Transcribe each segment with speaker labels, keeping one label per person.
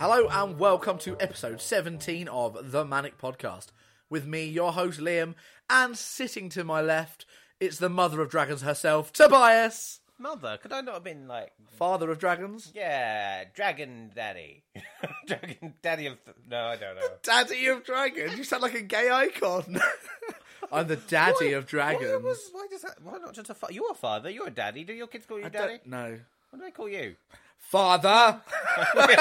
Speaker 1: Hello and welcome to episode 17 of The Manic Podcast. With me, your host Liam, and sitting to my left, it's the mother of dragons herself, Tobias!
Speaker 2: Mother, could I not have been like,
Speaker 1: Father of dragons?
Speaker 2: yeah, Dragon Daddy? Dragon Daddy of. Th- no, I don't know.
Speaker 1: Daddy of dragons? You sound like a gay icon. I'm the daddy
Speaker 2: Why-
Speaker 1: of dragons.
Speaker 2: Why, was- why does that. Why not just a. Fa- you're a father, you're a daddy. Do your kids call you
Speaker 1: I
Speaker 2: daddy?
Speaker 1: don't know.
Speaker 2: What do they call you?
Speaker 1: Father!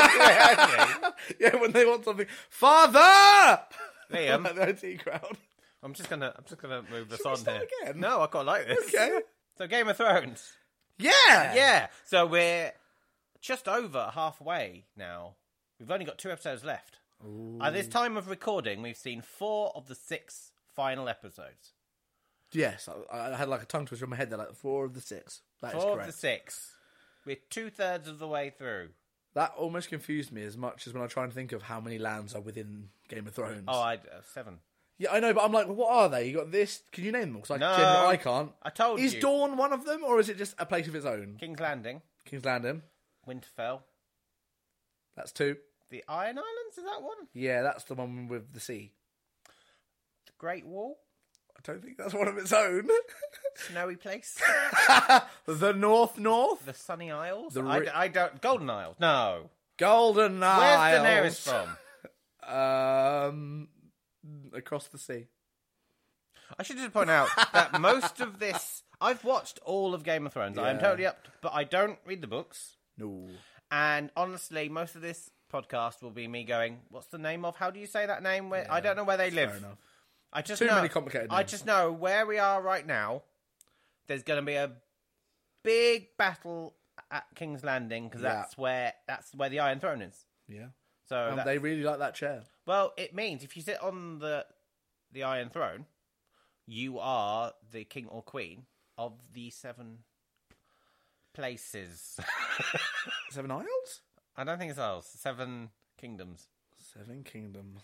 Speaker 1: yeah, when they want something. Father!
Speaker 2: Liam,
Speaker 1: the IT crowd.
Speaker 2: I'm just gonna, I'm just gonna move this
Speaker 1: we
Speaker 2: on
Speaker 1: start
Speaker 2: here.
Speaker 1: again?
Speaker 2: No, I quite like this.
Speaker 1: Okay.
Speaker 2: So Game of Thrones.
Speaker 1: Yeah!
Speaker 2: Yeah. So we're just over halfway now. We've only got two episodes left. At this time of recording, we've seen four of the six final episodes.
Speaker 1: Yes, I, I had like a tongue twister in my head. They're like four of the six. That is
Speaker 2: Four of
Speaker 1: correct.
Speaker 2: the six. We're two thirds of the way through.
Speaker 1: That almost confused me as much as when I try and think of how many lands are within Game of Thrones.
Speaker 2: Oh, I, uh, seven.
Speaker 1: yeah, I know, but I'm like, well, what are they? You got this? Can you name them? Because I,
Speaker 2: No.
Speaker 1: generally- I can't.
Speaker 2: I told
Speaker 1: is
Speaker 2: you.
Speaker 1: Dawn one of them, or is it just a place of its own?
Speaker 2: King's Landing,
Speaker 1: King's Landing.
Speaker 2: Winterfell,
Speaker 1: That's two.
Speaker 2: the Iron Islands. Is that one?
Speaker 1: Yeah, that's the one with the sea.
Speaker 2: The Great Wall,
Speaker 1: I don't think that's one of its own.
Speaker 2: Snowy Place,
Speaker 1: the North North.
Speaker 2: the Sunny Isles.
Speaker 1: The
Speaker 2: I,
Speaker 1: ri-
Speaker 2: d- I don't. Golden Isles. No.
Speaker 1: Golden
Speaker 2: Where's
Speaker 1: Isles.
Speaker 2: Daenerys from?
Speaker 1: Um, across the sea.
Speaker 2: I should just point out that most of this, I've watched all of Game of Thrones. I am
Speaker 1: Yeah.
Speaker 2: totally up, but I don't read the books.
Speaker 1: No.
Speaker 2: And honestly, most of this podcast will be me going, "What's the name of? How do you say that name? Where I don't know where they live.
Speaker 1: Fair enough.
Speaker 2: I just
Speaker 1: Too
Speaker 2: know,
Speaker 1: many complicated
Speaker 2: I
Speaker 1: names.
Speaker 2: just know where we are right now. There's going to be a big battle at King's Landing because
Speaker 1: Yeah.
Speaker 2: that's where that's where the Iron Throne is.
Speaker 1: Yeah.
Speaker 2: So
Speaker 1: Um,
Speaker 2: Oh, that-
Speaker 1: they really like that chair.
Speaker 2: well, it means if you sit on the the Iron Throne, you are the king or queen of the seven places.
Speaker 1: Seven Isles.
Speaker 2: I don't think it's ours. Seven kingdoms.
Speaker 1: Seven Kingdoms.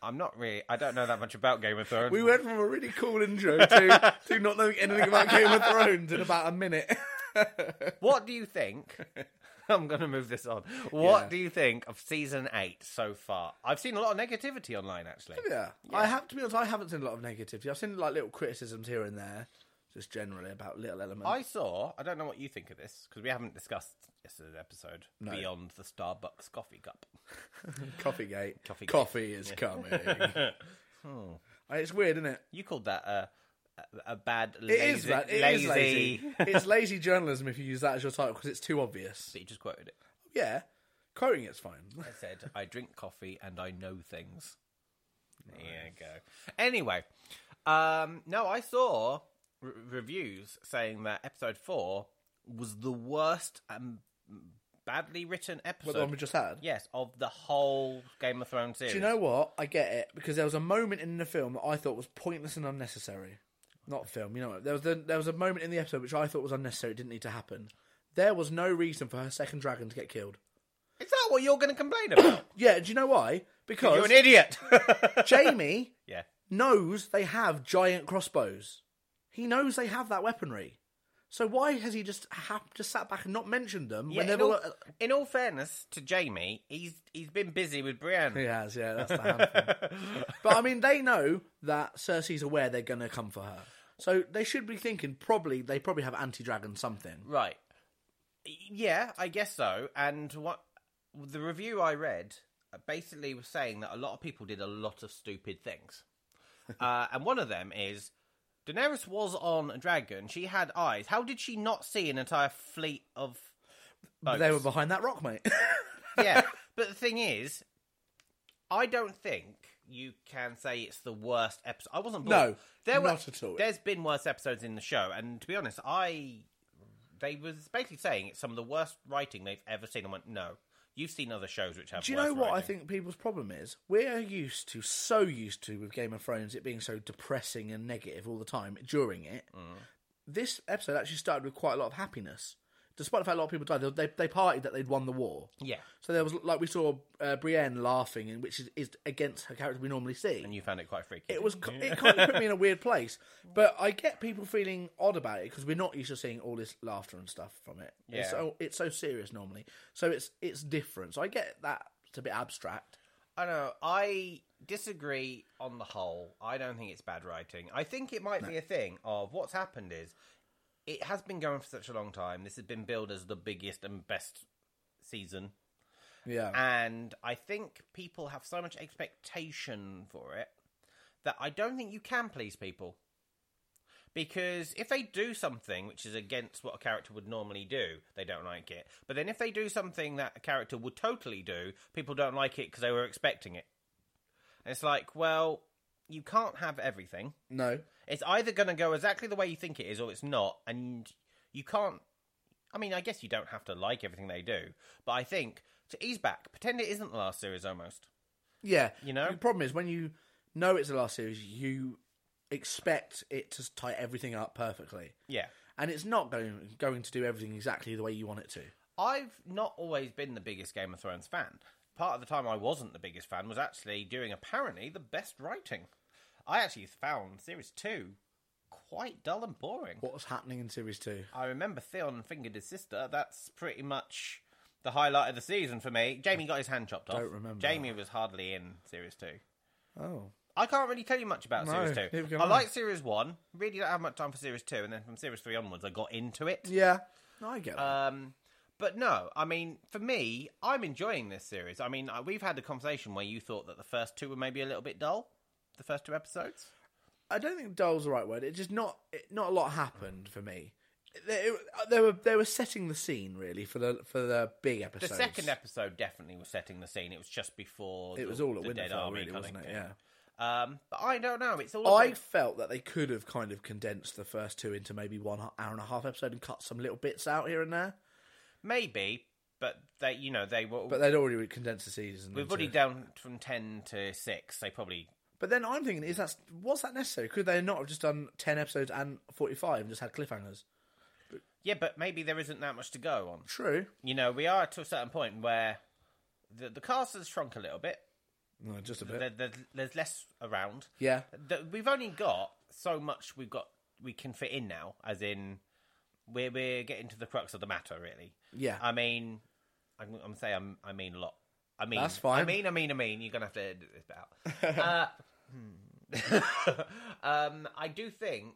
Speaker 2: I'm not really. I don't know that much about Game of Thrones.
Speaker 1: We went from a really cool intro to, to not knowing anything about Game of Thrones in about a minute.
Speaker 2: What do you think? I'm going to move this on. What
Speaker 1: Yeah.
Speaker 2: do you think of season eight so far? I've seen a lot of negativity online, actually.
Speaker 1: yeah. I have to be honest. I haven't seen a lot of negativity. I've seen like little criticisms here and there, just generally about little elements.
Speaker 2: I saw. I don't know what you think of this because we haven't discussed yesterday's episode beyond the Starbucks coffee cup.
Speaker 1: Coffee gate.
Speaker 2: Coffee gate.
Speaker 1: Coffee is coming. Uh, It's weird, isn't it?
Speaker 2: You called that a a, a bad lazy,
Speaker 1: It is that. It
Speaker 2: lazy.
Speaker 1: is lazy. it's lazy journalism if you use that as your title because it's too obvious.
Speaker 2: But you just quoted it.
Speaker 1: Yeah. Quoting it's fine.
Speaker 2: I said, "I drink coffee and I know things." There you go. Anyway, um, no, I saw r- reviews saying that episode four was the worst and badly written
Speaker 1: But the one
Speaker 2: episode.
Speaker 1: we just had.
Speaker 2: Yes, of the whole Game of Thrones series.
Speaker 1: Do you know what? I get it because there was a moment in the film that I thought was pointless and unnecessary. Not film, you know. what? There was the, there was a moment in the episode which I thought was unnecessary. It didn't need to happen. There was no reason for her second dragon to get killed.
Speaker 2: Is that what you're going to complain about?
Speaker 1: Yeah, do you know why?
Speaker 2: you're
Speaker 1: Because
Speaker 2: an idiot.
Speaker 1: Jamie
Speaker 2: yeah.
Speaker 1: knows they have giant crossbows. He knows they have that weaponry. So why has he just hap- just sat back and not mentioned them
Speaker 2: Yeah,
Speaker 1: when
Speaker 2: in,
Speaker 1: they've all...
Speaker 2: all, in all fairness to Jamie, he's he's been busy with Brienne.
Speaker 1: He has, yeah, that's the handful. but I mean, they know that Cersei's aware they're going to come for her, so they should be thinking probably they probably have anti-dragon something.
Speaker 2: Right. Yeah, I guess so. And what the review I read uh, basically was saying that a lot of people did a lot of stupid things. uh, and one of them is Daenerys was on a dragon. She had eyes. How did she not see an entire fleet of boats?
Speaker 1: They were behind that rock, mate.
Speaker 2: yeah. But the thing is, I don't think you can say it's the worst episode. I wasn't. Bored.
Speaker 1: No, not at all.
Speaker 2: There's been worse episodes in the show, and to be honest, I they was basically saying it's some of the worst writing they've ever seen. I went, no, you've seen other shows which have.
Speaker 1: Do you
Speaker 2: worse
Speaker 1: know what I
Speaker 2: writing."
Speaker 1: think people's problem is? We're used to, so used to with Game of Thrones, it being so depressing and negative all the time during it. This episode actually started with quite a lot of happiness. despite the fact a lot of people died, they they, they partied that they'd won the war.
Speaker 2: Yeah.
Speaker 1: So there was like we saw uh, Brienne laughing, and which is, is against her character we normally see.
Speaker 2: And you found it quite freaky.
Speaker 1: it was it kind of put me in a weird place, but I get people feeling odd about it because we're not used to seeing all this laughter and stuff from it. It's
Speaker 2: Yeah.
Speaker 1: so it's so serious normally, so it's it's different. So I get that it's a bit abstract.
Speaker 2: I know. I disagree on the whole. I don't think it's bad writing. I think it might be a thing of what's happened is it has been going for such a long time. This has been billed as the biggest and best season.
Speaker 1: Yeah,
Speaker 2: And I think people have so much expectation for it that I don't think you can please people. Because if they do something which is against what a character would normally do, they don't like it. But then if they do something that a character would totally do, people don't like it because they were expecting it. And it's like, well, you can't have everything.
Speaker 1: no,
Speaker 2: It's either going to go exactly the way you think it is or it's not. And you can't. I mean, I guess you don't have to like everything they do. But I think to ease back, pretend it isn't the last series almost.
Speaker 1: yeah.
Speaker 2: You know?
Speaker 1: the problem is when you know it's the last series, you expect it to tie everything up perfectly,
Speaker 2: Yeah.
Speaker 1: and it's not going going to do everything exactly the way you want it to.
Speaker 2: I've not always been the biggest Game of Thrones fan. Part of the time I wasn't the biggest fan was actually doing apparently the best writing. I actually found series two quite dull and boring.
Speaker 1: What's happening in series two?
Speaker 2: I remember Theon fingered his sister. That's pretty much the highlight of the season for me. Jamie got his hand chopped off.
Speaker 1: Don't remember.
Speaker 2: Jamie was hardly in series two.
Speaker 1: Oh,
Speaker 2: I can't really tell you much about
Speaker 1: No,
Speaker 2: series
Speaker 1: neither
Speaker 2: two.
Speaker 1: can
Speaker 2: I
Speaker 1: I.
Speaker 2: like series one. Really don't have much time for series two, and then from series three onwards, I got into it.
Speaker 1: yeah, no, I get that.
Speaker 2: Um, but no, I mean, for me, I'm enjoying this series. I mean, I- we've had a conversation where you thought that the first two were maybe a little bit dull, the first two episodes.
Speaker 1: I don't think dull's the right word. It just not it, not a lot happened for me. They, they were they were setting the scene really for the for the big
Speaker 2: The
Speaker 1: episodes.
Speaker 2: second episode definitely was setting the scene. It was just before
Speaker 1: it
Speaker 2: the,
Speaker 1: was all at
Speaker 2: the Dead
Speaker 1: Winterfell,
Speaker 2: Army
Speaker 1: really,
Speaker 2: kind
Speaker 1: wasn't
Speaker 2: of
Speaker 1: it?
Speaker 2: thing.
Speaker 1: Yeah.
Speaker 2: Um, but I don't know. It's all
Speaker 1: I
Speaker 2: about-
Speaker 1: felt that they could have kind of condensed the first two into maybe one h- hour and a half episode and cut some little bits out here and there.
Speaker 2: maybe, but they, you know, they were.
Speaker 1: But they'd already condensed the season.
Speaker 2: we've
Speaker 1: into-
Speaker 2: already down from ten to six. They probably
Speaker 1: But then I'm thinking, is that was that necessary? Could they not have just done ten episodes and forty five and just had cliffhangers?
Speaker 2: yeah, but maybe there isn't that much to go on.
Speaker 1: True.
Speaker 2: You know, we are to a certain point where the the cast has shrunk a little bit.
Speaker 1: No, just a bit.
Speaker 2: There, there, there's less around.
Speaker 1: yeah.
Speaker 2: The, we've only got so much we've got we can fit in now. As in, we're we're getting to the crux of the matter, really.
Speaker 1: Yeah.
Speaker 2: I mean, I'm, I'm saying I'm, I mean a lot. I mean,
Speaker 1: That's fine.
Speaker 2: I mean, I mean, I mean. You're gonna have to edit this bit out. uh, hmm. um, I do think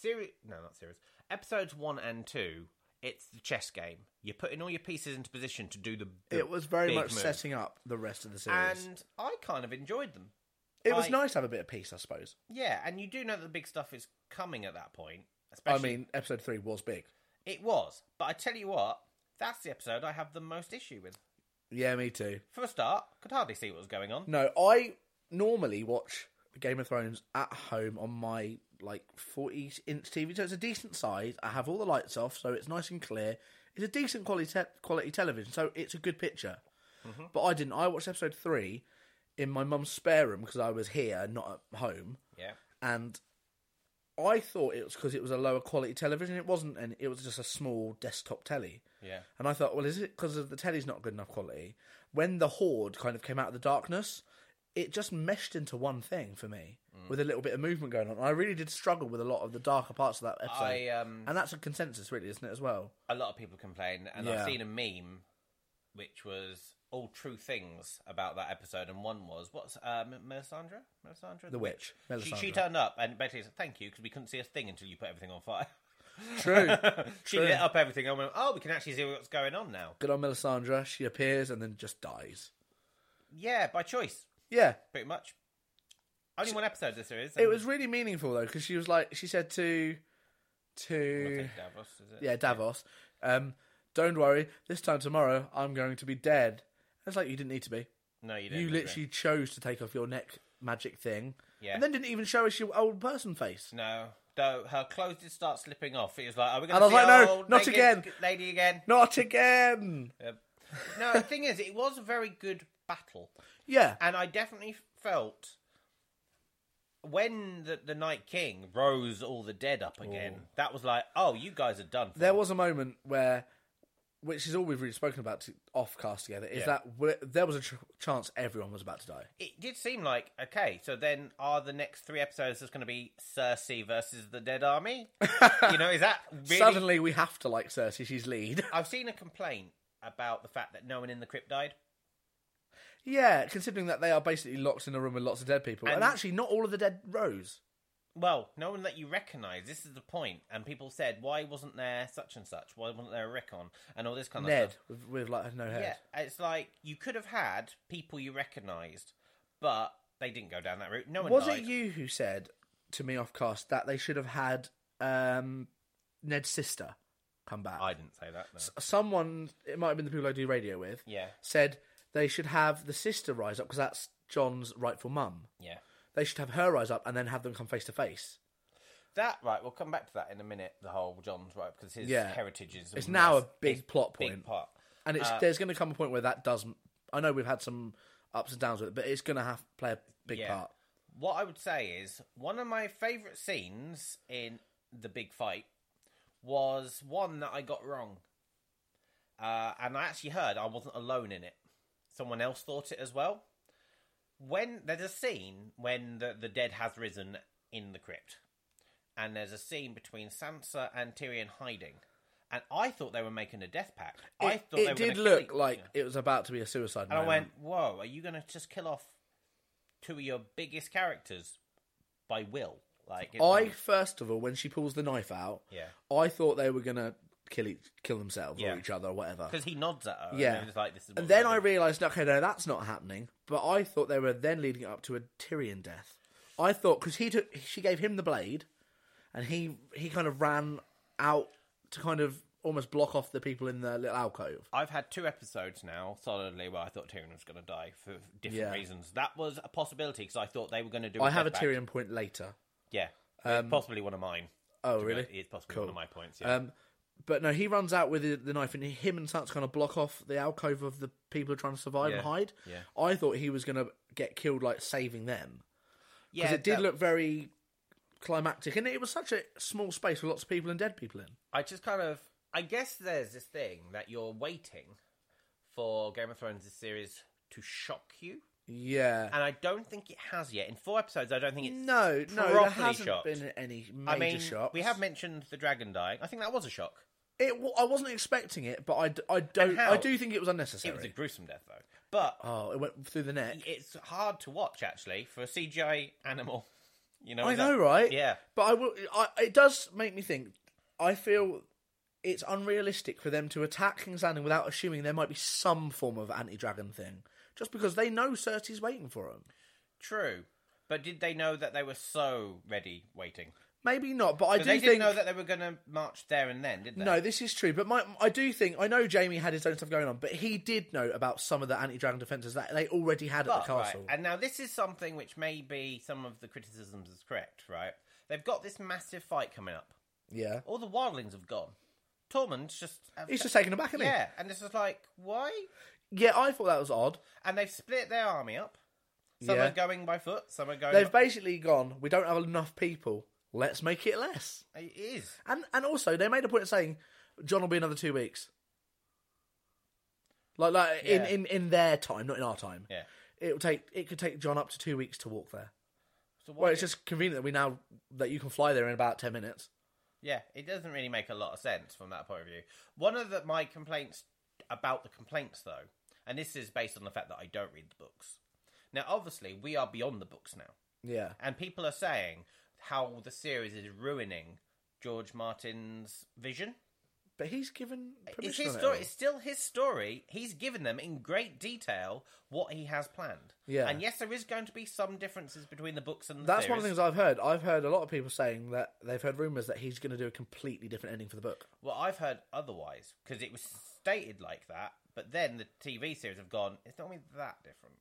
Speaker 2: series. No, not series. Episodes one and two. It's the chess game. You're putting all your pieces into position to do the. the
Speaker 1: it was very
Speaker 2: big
Speaker 1: much
Speaker 2: move.
Speaker 1: setting up the rest of the series.
Speaker 2: And I kind of enjoyed them.
Speaker 1: it was
Speaker 2: I-
Speaker 1: nice to have a bit of peace, I suppose.
Speaker 2: Yeah, and you do know that the big stuff is coming at that point.
Speaker 1: I
Speaker 2: Especially,
Speaker 1: mean, episode three was big.
Speaker 2: it was. But I tell you what, that's the episode I have the most issue with.
Speaker 1: Yeah, me too.
Speaker 2: For a start, could hardly see what was going on.
Speaker 1: No, I normally watch Game of Thrones at home on my like 40 inch TV, so it's a decent size. I have all the lights off, so it's nice and clear. It's a decent quality te- quality television, so it's a good picture. But I didn't. I watched episode three in my mum's spare room because I was here, not at home,
Speaker 2: Yeah.
Speaker 1: and I thought it was because it was a lower quality television. It wasn't, and it was just a small desktop telly.
Speaker 2: Yeah.
Speaker 1: And I thought, well, is it because of the telly's not good enough quality? When the horde kind of came out of the darkness, it just meshed into one thing for me
Speaker 2: Mm.
Speaker 1: with a little bit of movement going on. I really did struggle with a lot of the darker parts of that episode,
Speaker 2: I um
Speaker 1: and that's a consensus, really, isn't it? As well,
Speaker 2: a lot of people complain and
Speaker 1: Yeah.
Speaker 2: I've seen a meme which was all true things about that episode and one was what's uh, M- Melisandre? Melisandre?
Speaker 1: the witch,
Speaker 2: She, she
Speaker 1: Melisandre.
Speaker 2: turned up and basically said thank you because we couldn't see a thing until you put everything on fire.
Speaker 1: True,
Speaker 2: she
Speaker 1: True.
Speaker 2: lit up everything and went, "Oh, we can actually see what's going on now."
Speaker 1: good on Melisandre. She appears and then just dies.
Speaker 2: Yeah, by choice.
Speaker 1: Yeah,
Speaker 2: pretty much. Only one episode of this series.
Speaker 1: it was really meaningful though because she was like, she said to,
Speaker 2: I
Speaker 1: to
Speaker 2: think Davos, is it?
Speaker 1: yeah Davos, um, don't worry, this time tomorrow I'm going to be dead. It's like you didn't need to be.
Speaker 2: No, you didn't.
Speaker 1: You
Speaker 2: did
Speaker 1: literally chose to take off your neck magic thing,
Speaker 2: Yeah.
Speaker 1: and then didn't even show us your old person face.
Speaker 2: No. Though her clothes did start slipping off. It was like, are we
Speaker 1: And
Speaker 2: going
Speaker 1: I was
Speaker 2: to
Speaker 1: like,
Speaker 2: see
Speaker 1: no,
Speaker 2: our old
Speaker 1: not
Speaker 2: naked
Speaker 1: again.
Speaker 2: lady again?
Speaker 1: Not again.
Speaker 2: Yep. no, the thing is, it was a very good battle.
Speaker 1: Yeah,
Speaker 2: And I definitely felt when the, the Night King rose all the dead up again, that was like, oh, you guys are done for.
Speaker 1: there was a moment where which is all we've really spoken about to, off cast together, is
Speaker 2: Yeah.
Speaker 1: that w- there was a tr- chance everyone was about to die.
Speaker 2: It did seem like okay. So then, are the next three episodes just going to be Cersei versus the Dead Army? you know, is that really?
Speaker 1: Suddenly we have to like Cersei, she's lead.
Speaker 2: I've seen a complaint about the fact that no one in the crypt died.
Speaker 1: yeah, considering that they are basically locked in a room with lots of dead people. And,
Speaker 2: And-
Speaker 1: actually, not all of the dead rose.
Speaker 2: Well, no one that you recognise. This is the point. And people said, why wasn't there such and such? Why wasn't there a Rickon? And all this kind of
Speaker 1: Ned,
Speaker 2: stuff.
Speaker 1: with, with like no head.
Speaker 2: Yeah, uh, it's like you could have had people you recognised, but they didn't go down that route. No one
Speaker 1: Was
Speaker 2: died.
Speaker 1: it you who said to me off cast that they should have had um, Ned's sister come back?
Speaker 2: I didn't say that. No.
Speaker 1: Someone, it might have been the people I do radio with,
Speaker 2: Yeah,
Speaker 1: said they should have the sister rise up because that's John's rightful mum.
Speaker 2: yeah.
Speaker 1: They should have her rise up and then have them come face to face.
Speaker 2: That right. We'll come back to that in a minute. The whole John's right because his
Speaker 1: Yeah.
Speaker 2: heritage is.
Speaker 1: It's now a
Speaker 2: mass-
Speaker 1: big
Speaker 2: it's
Speaker 1: plot
Speaker 2: big
Speaker 1: point.
Speaker 2: part.
Speaker 1: And
Speaker 2: Uh,
Speaker 1: it's there's going to come a point where that does. I know we've had some ups and downs with it, but it's going to have play a big
Speaker 2: Yeah.
Speaker 1: part.
Speaker 2: What I would say is one of my favourite scenes in the big fight was one that I got wrong, uh, and I actually heard I wasn't alone in it. Someone else thought it as well. When there's a scene when the the dead has risen in the crypt, and there's a scene between Sansa and Tyrion hiding, and I thought they were making a death pact. I
Speaker 1: It,
Speaker 2: thought
Speaker 1: it
Speaker 2: they were
Speaker 1: did
Speaker 2: gonna kill
Speaker 1: look
Speaker 2: each-
Speaker 1: like
Speaker 2: yeah.
Speaker 1: it was about to be a suicide.
Speaker 2: And I
Speaker 1: moment.
Speaker 2: went, whoa, are you going to just kill off two of your biggest characters by will? Like, it's
Speaker 1: I
Speaker 2: like-
Speaker 1: first of all, when she pulls the knife out,
Speaker 2: Yeah.
Speaker 1: I thought they were gonna kill each, kill themselves
Speaker 2: Yeah.
Speaker 1: or each other or whatever.
Speaker 2: Because he nods at her.
Speaker 1: Yeah.
Speaker 2: And, it's like, this is
Speaker 1: And
Speaker 2: what
Speaker 1: then
Speaker 2: we're
Speaker 1: I
Speaker 2: gonna
Speaker 1: realised, okay, no, that's not happening. But I thought they were then leading up to a Tyrion death. I thought because he took, she gave him the blade, and he he kind of ran out to kind of almost block off the people in the little alcove.
Speaker 2: do." I've had two episodes now, solidly, where I thought Tyrion was going to die for different
Speaker 1: Yeah.
Speaker 2: reasons. That was a possibility because I thought they were going to do
Speaker 1: I have a
Speaker 2: death pact.
Speaker 1: Tyrion point later.
Speaker 2: Yeah. it's possibly one of mine.
Speaker 1: Oh,
Speaker 2: But
Speaker 1: really?
Speaker 2: It's possibly one of my points, yeah.
Speaker 1: Um, but no, he runs out with the, the knife, and him and Sansa kind of block off the alcove of the people who are trying to survive and
Speaker 2: Yeah,
Speaker 1: hide.
Speaker 2: yeah.
Speaker 1: I thought he was going to get killed, like saving them,
Speaker 2: yeah,
Speaker 1: because it did
Speaker 2: that-
Speaker 1: look very climactic, and it was such a small space with lots of people and dead people in.
Speaker 2: I just kind of, I guess there's this thing that you're waiting for Game of Thrones this series to shock you,
Speaker 1: Yeah.
Speaker 2: and I don't think it has yet. In four episodes, I don't think it's
Speaker 1: no, no, there
Speaker 2: properly
Speaker 1: hasn't
Speaker 2: shocked.
Speaker 1: been any major
Speaker 2: I mean,
Speaker 1: shocks.
Speaker 2: we have mentioned the dragon dying. I think that was a shock.
Speaker 1: It, wa- I wasn't expecting it, but I, d- I don't.
Speaker 2: And how?
Speaker 1: I do think it was
Speaker 2: It
Speaker 1: unnecessary.
Speaker 2: was a gruesome death, though. But
Speaker 1: oh, it went through the neck.
Speaker 2: it's hard to watch, actually, for a CGI animal. You know,
Speaker 1: I
Speaker 2: is that-
Speaker 1: know, right?
Speaker 2: Yeah.
Speaker 1: But I will. I, it does make me think. I feel it's unrealistic for them to attack King's Landing without assuming there might be some form of anti-dragon thing, just because they know Cersei's waiting for them.
Speaker 2: True. But did they know that they were so ready waiting?
Speaker 1: Maybe not, but I do
Speaker 2: Because they
Speaker 1: think
Speaker 2: didn't know that they were going to march there and then, did they?
Speaker 1: no, this is true. But my, I do think I know Jamie had his own stuff going on, but he did know about some of the anti-dragon defenses that they already had at
Speaker 2: But,
Speaker 1: the castle.
Speaker 2: Oh, Right, and now this is something which may be some of the criticisms is correct, right? They've got this massive fight coming up.
Speaker 1: Yeah,
Speaker 2: All the wildlings have gone. Tormund's just...
Speaker 1: he's just taken aback, isn't
Speaker 2: Yeah, and it's just like, why?
Speaker 1: he? Yeah, I thought that was odd.
Speaker 2: and they've split their army up. Some
Speaker 1: Yeah.
Speaker 2: are going by foot, some are going.
Speaker 1: They've
Speaker 2: by...
Speaker 1: basically gone. We don't have enough people. Let's make it less.
Speaker 2: It is.
Speaker 1: And and also they made a point of saying John will be another two weeks. Like like
Speaker 2: Yeah.
Speaker 1: in, in, in their time, not in our time.
Speaker 2: Yeah.
Speaker 1: It'll take it could take John up to two weeks to walk there.
Speaker 2: So why?
Speaker 1: Well, it's just convenient that we now that you can fly there in about ten minutes.
Speaker 2: Yeah, it doesn't really make a lot of sense from that point of view. One of the, my complaints about the complaints, though, and this is based on the fact that I don't read the books. Now, obviously, we are beyond the books now,
Speaker 1: Yeah.
Speaker 2: and people are saying how the series is ruining George Martin's vision.
Speaker 1: But he's given
Speaker 2: It's
Speaker 1: permission.
Speaker 2: his
Speaker 1: on it
Speaker 2: story.
Speaker 1: all.
Speaker 2: It's still his story. He's given them in great detail what he has planned.
Speaker 1: Yeah.
Speaker 2: And yes, there is going to be some differences between the books and the
Speaker 1: That's one of the
Speaker 2: series.
Speaker 1: things I've heard. I've heard a lot of people saying that they've heard rumours that he's gonna do a completely different ending for the book.
Speaker 2: Well, I've heard otherwise because it was stated like that, but then the TV series have gone. It's not going to be that different.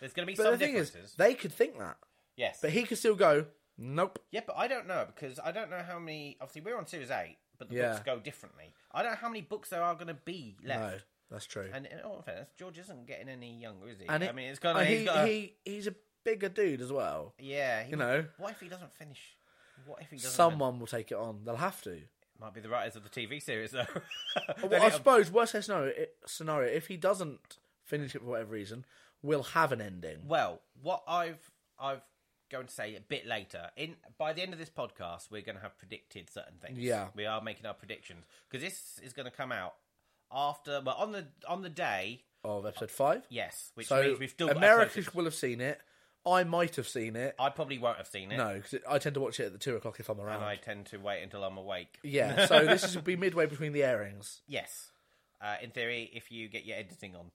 Speaker 2: There's going to be
Speaker 1: But
Speaker 2: some
Speaker 1: the thing is,
Speaker 2: differences.
Speaker 1: they could think that.
Speaker 2: yes.
Speaker 1: But he could still go, Nope.
Speaker 2: yeah, but I don't know because I don't know how many. Obviously, we're on series eight, but the
Speaker 1: Yeah.
Speaker 2: books go differently. I don't know how many books there are going to be
Speaker 1: No,
Speaker 2: left.
Speaker 1: that's true.
Speaker 2: And in all fairness, George isn't getting any younger, is he?
Speaker 1: And
Speaker 2: I
Speaker 1: it-
Speaker 2: mean, it's kind of
Speaker 1: and
Speaker 2: he's
Speaker 1: he,
Speaker 2: got a-
Speaker 1: he he's a bigger dude as well.
Speaker 2: Yeah, he,
Speaker 1: You know.
Speaker 2: What if he doesn't finish? What if he doesn't?
Speaker 1: Someone will take it on. They'll have to.
Speaker 2: Might be the writers of the TV series, though.
Speaker 1: Well, I suppose worst case scenario, it, scenario, if he doesn't finish it for whatever reason, we'll have an ending.
Speaker 2: Well, what I've I've going to say a bit later in by the end of this podcast, we're going to have predicted certain things.
Speaker 1: Yeah.
Speaker 2: we are making our predictions because this is going to come out after, well, on the on the day,
Speaker 1: Of episode five,
Speaker 2: yes, which
Speaker 1: so
Speaker 2: means we've still got
Speaker 1: America
Speaker 2: episodes.
Speaker 1: will have seen it. I might have seen it.
Speaker 2: I probably won't have seen it,
Speaker 1: No, because I tend to watch it at the two o'clock if I'm around.
Speaker 2: and I tend to wait until I'm awake.
Speaker 1: Yeah, so this is be midway between the airings.
Speaker 2: Yes, uh, in theory, if you get your editing on.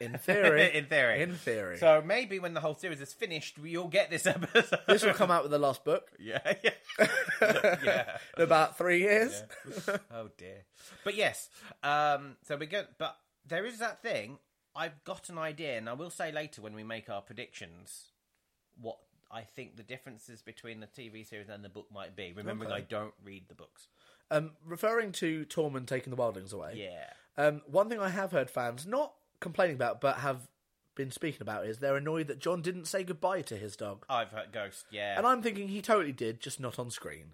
Speaker 1: In theory,
Speaker 2: In theory.
Speaker 1: in theory,
Speaker 2: So maybe when the whole series is finished, you'll get this episode.
Speaker 1: this will come out with the last book
Speaker 2: yeah, yeah. yeah.
Speaker 1: in about three years.
Speaker 2: oh dear. But yes. Um, so we go. But there is that thing. I've got an idea, and I will say later when we make our predictions what I think the differences between the TV series and the book might be. Remembering
Speaker 1: Okay.
Speaker 2: I don't read the books.
Speaker 1: Um, referring to Tormund taking the Wildlings away.
Speaker 2: Yeah.
Speaker 1: Um, one thing I have heard fans not complaining about, but have been speaking about is they're annoyed that John didn't say goodbye to his dog.
Speaker 2: I've heard Ghost. Yeah.
Speaker 1: And I'm thinking he totally did, just not on screen.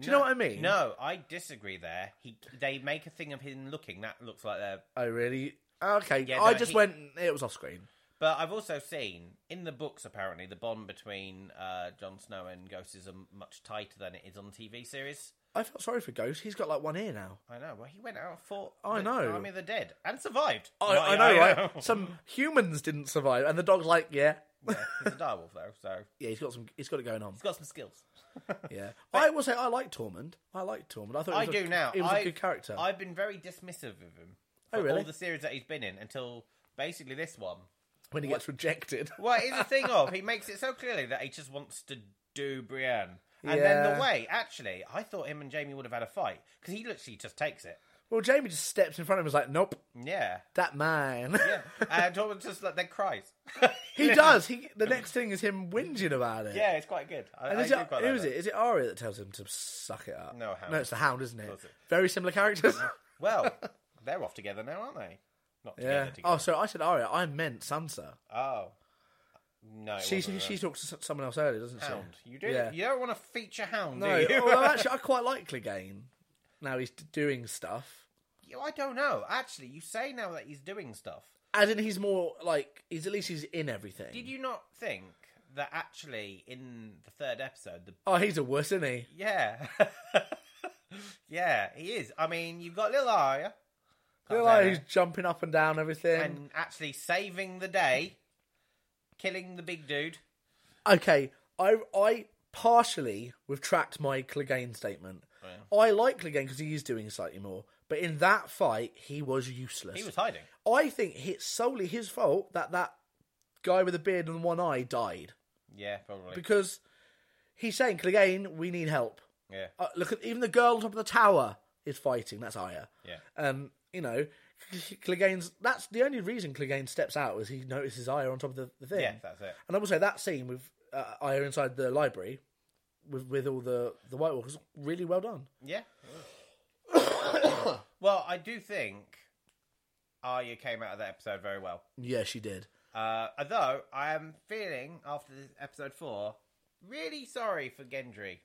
Speaker 1: Do you know what I mean?
Speaker 2: No, I disagree. There, he they make a thing of him looking. That looks like they're
Speaker 1: Oh, really? Okay.
Speaker 2: Yeah,
Speaker 1: I
Speaker 2: no,
Speaker 1: just
Speaker 2: he-
Speaker 1: went. It was off screen.
Speaker 2: But I've also seen in the books apparently the bond between uh, Jon Snow and Ghost is um, much tighter than it is on TV series.
Speaker 1: I felt sorry for Ghost. He's got like one ear now.
Speaker 2: I know. Well, he went out and fought
Speaker 1: I
Speaker 2: the
Speaker 1: know.
Speaker 2: Army of the Dead and survived.
Speaker 1: I,
Speaker 2: Well,
Speaker 1: I know,
Speaker 2: yeah,
Speaker 1: right?
Speaker 2: know.
Speaker 1: Some humans didn't survive, and the dog's like, yeah,
Speaker 2: Yeah, he's a direwolf though, so
Speaker 1: yeah, he's got some, he's got it going on.
Speaker 2: he's got some skills.
Speaker 1: Yeah, I will say I like Tormund. I like Tormund. I thought
Speaker 2: I
Speaker 1: he was a-
Speaker 2: do now.
Speaker 1: He was
Speaker 2: I've,
Speaker 1: a good character.
Speaker 2: I've been very dismissive of him.
Speaker 1: Oh,
Speaker 2: for
Speaker 1: really?
Speaker 2: All the series that he's been in until basically this one.
Speaker 1: when he gets rejected,
Speaker 2: Well, it's a thing of he makes it so clearly that he just wants to do Brienne. And then
Speaker 1: Yeah.
Speaker 2: the way, actually, I thought him and Jamie would have had a fight because he literally just takes it.
Speaker 1: well, Jamie just steps in front of him and is like, nope,
Speaker 2: Yeah.
Speaker 1: that man.
Speaker 2: Yeah. And Tormund just like then cries.
Speaker 1: he does. He the next thing is him whinging about it.
Speaker 2: Yeah, it's quite good. I,
Speaker 1: And
Speaker 2: I
Speaker 1: is
Speaker 2: do
Speaker 1: it,
Speaker 2: quite
Speaker 1: who
Speaker 2: like
Speaker 1: is
Speaker 2: that.
Speaker 1: it? Is it Arya that tells him to suck it up?
Speaker 2: No, Hound.
Speaker 1: No, it's the Hound, isn't it?
Speaker 2: Does it?
Speaker 1: Very similar characters.
Speaker 2: Well, they're off together now, aren't they? Not together.
Speaker 1: yeah.
Speaker 2: together.
Speaker 1: Oh, so I said Arya. I meant Sansa.
Speaker 2: Oh. No.
Speaker 1: She
Speaker 2: wasn't
Speaker 1: she talks to s- someone else earlier, doesn't she?
Speaker 2: Hound. You do.
Speaker 1: Yeah.
Speaker 2: You don't want to feature Hound,
Speaker 1: No, Oh,
Speaker 2: do you?
Speaker 1: although actually, I quite like Clegane. Now he's d- doing stuff,
Speaker 2: You- I don't know. Actually, you say now that he's doing stuff.
Speaker 1: as in he's more like he's at least he's in everything.
Speaker 2: Did you not think that actually in the third episode, the
Speaker 1: Oh, he's a wuss, isn't he?
Speaker 2: yeah, yeah, he is. I mean, you've got Lil Arya,
Speaker 1: Look
Speaker 2: Can't
Speaker 1: like
Speaker 2: say
Speaker 1: he's jumping up and down everything.
Speaker 2: that. and actually saving the day, killing the big dude.
Speaker 1: Okay, I I partially retract my Clegane statement.
Speaker 2: Oh,
Speaker 1: I like Clegane because he is doing slightly more, but in that fight he was useless.
Speaker 2: He was hiding.
Speaker 1: I think it's solely his fault that that guy with the beard and one eye died
Speaker 2: Yeah, probably.
Speaker 1: because he's saying Clegane, we need help.
Speaker 2: yeah,
Speaker 1: Uh, look at even the girl on top of the tower is fighting. That's Aya.
Speaker 2: yeah.
Speaker 1: Um, you know, Clegane's. That's the only reason Clegane steps out is he notices Aya on top of the, the thing.
Speaker 2: Yeah, that's it.
Speaker 1: And I will say that scene with uh, Aya inside the library with with all the the White Walkers really well done.
Speaker 2: Yeah. well, I do think Arya came out of that episode very well.
Speaker 1: Yeah, she did.
Speaker 2: Uh, although I am feeling after this episode four, really sorry for Gendry.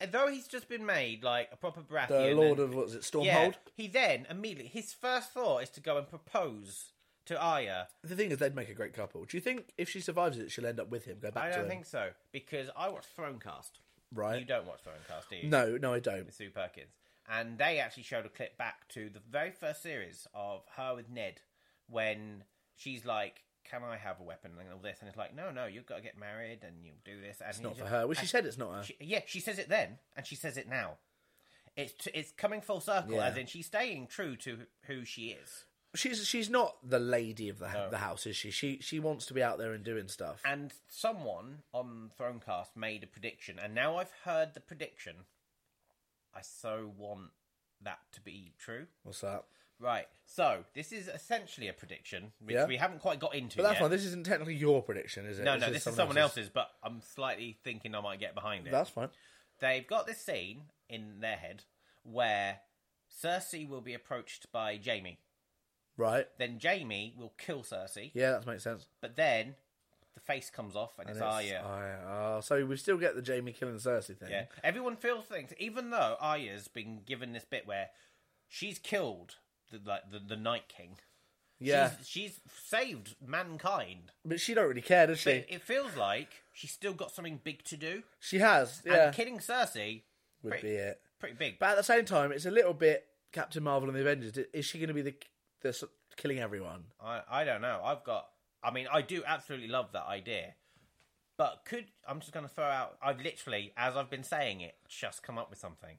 Speaker 2: And Though he's just been made like a proper Baratheon.
Speaker 1: The Uh, Lord
Speaker 2: and-
Speaker 1: of what is it, Stormhold?
Speaker 2: yeah, he then immediately his first thought is to go and propose to Arya.
Speaker 1: The thing is, they'd make a great couple. Do you think if she survives it, she'll end up with him? Go back
Speaker 2: I
Speaker 1: to
Speaker 2: don't
Speaker 1: him,
Speaker 2: think so because I watch Thronecast. You
Speaker 1: right?
Speaker 2: don't watch Thronecast, do you?
Speaker 1: Uh, No, no, I don't.
Speaker 2: Sue Perkins, and they actually showed a clip back to the very first series of her with Ned when she's like, "Can I have a weapon?" and all this, and it's like, "No, no, you've got to get married, and you'll do this." And
Speaker 1: It's not for her. Well, she said it's not her.
Speaker 2: She, yeah, she says it then, and she says it now. It's t- it's coming full circle,
Speaker 1: Yeah.
Speaker 2: as in she's staying true to who she is.
Speaker 1: She's she's not the lady of the the house, is she? She she wants to be out there and doing stuff.
Speaker 2: And someone on Thronecast made a prediction, and now I've heard the prediction. I so want that to be true.
Speaker 1: What's that?
Speaker 2: Right. So this is essentially a prediction, which
Speaker 1: Yeah.
Speaker 2: we haven't quite got into.
Speaker 1: But that's
Speaker 2: yet.
Speaker 1: fine. This isn't technically your prediction, is it?
Speaker 2: no, no, this is someone else's, but I'm slightly thinking I might get behind it.
Speaker 1: That's fine.
Speaker 2: They've got this scene in their head where Cersei will be approached by Jamie.
Speaker 1: Right.
Speaker 2: Then Jamie will kill Cersei,
Speaker 1: Yeah, that makes sense.
Speaker 2: but then the face comes off and, it's, "Ah,
Speaker 1: It's-
Speaker 2: Arya.
Speaker 1: Arya. Oh, so we still get the Jamie killing Cersei thing.
Speaker 2: Yeah, everyone feels things, even though Arya's been given this bit where she's killed the like the, the Night King.
Speaker 1: Yeah.
Speaker 2: she's, she's saved mankind.
Speaker 1: but she don't really care, does
Speaker 2: But
Speaker 1: she?
Speaker 2: it feels like she's still got something big to do.
Speaker 1: She has. Yeah,
Speaker 2: And killing Cersei
Speaker 1: would
Speaker 2: pretty-
Speaker 1: be it.
Speaker 2: pretty big.
Speaker 1: But at the same time, it's a little bit Captain Marvel and the Avengers. Is she going to be the the s- killing everyone?
Speaker 2: I I don't know. I've got. I mean, I do absolutely love that idea. But could I'm just going to throw out? I've literally, as I've been saying it, just come up with something.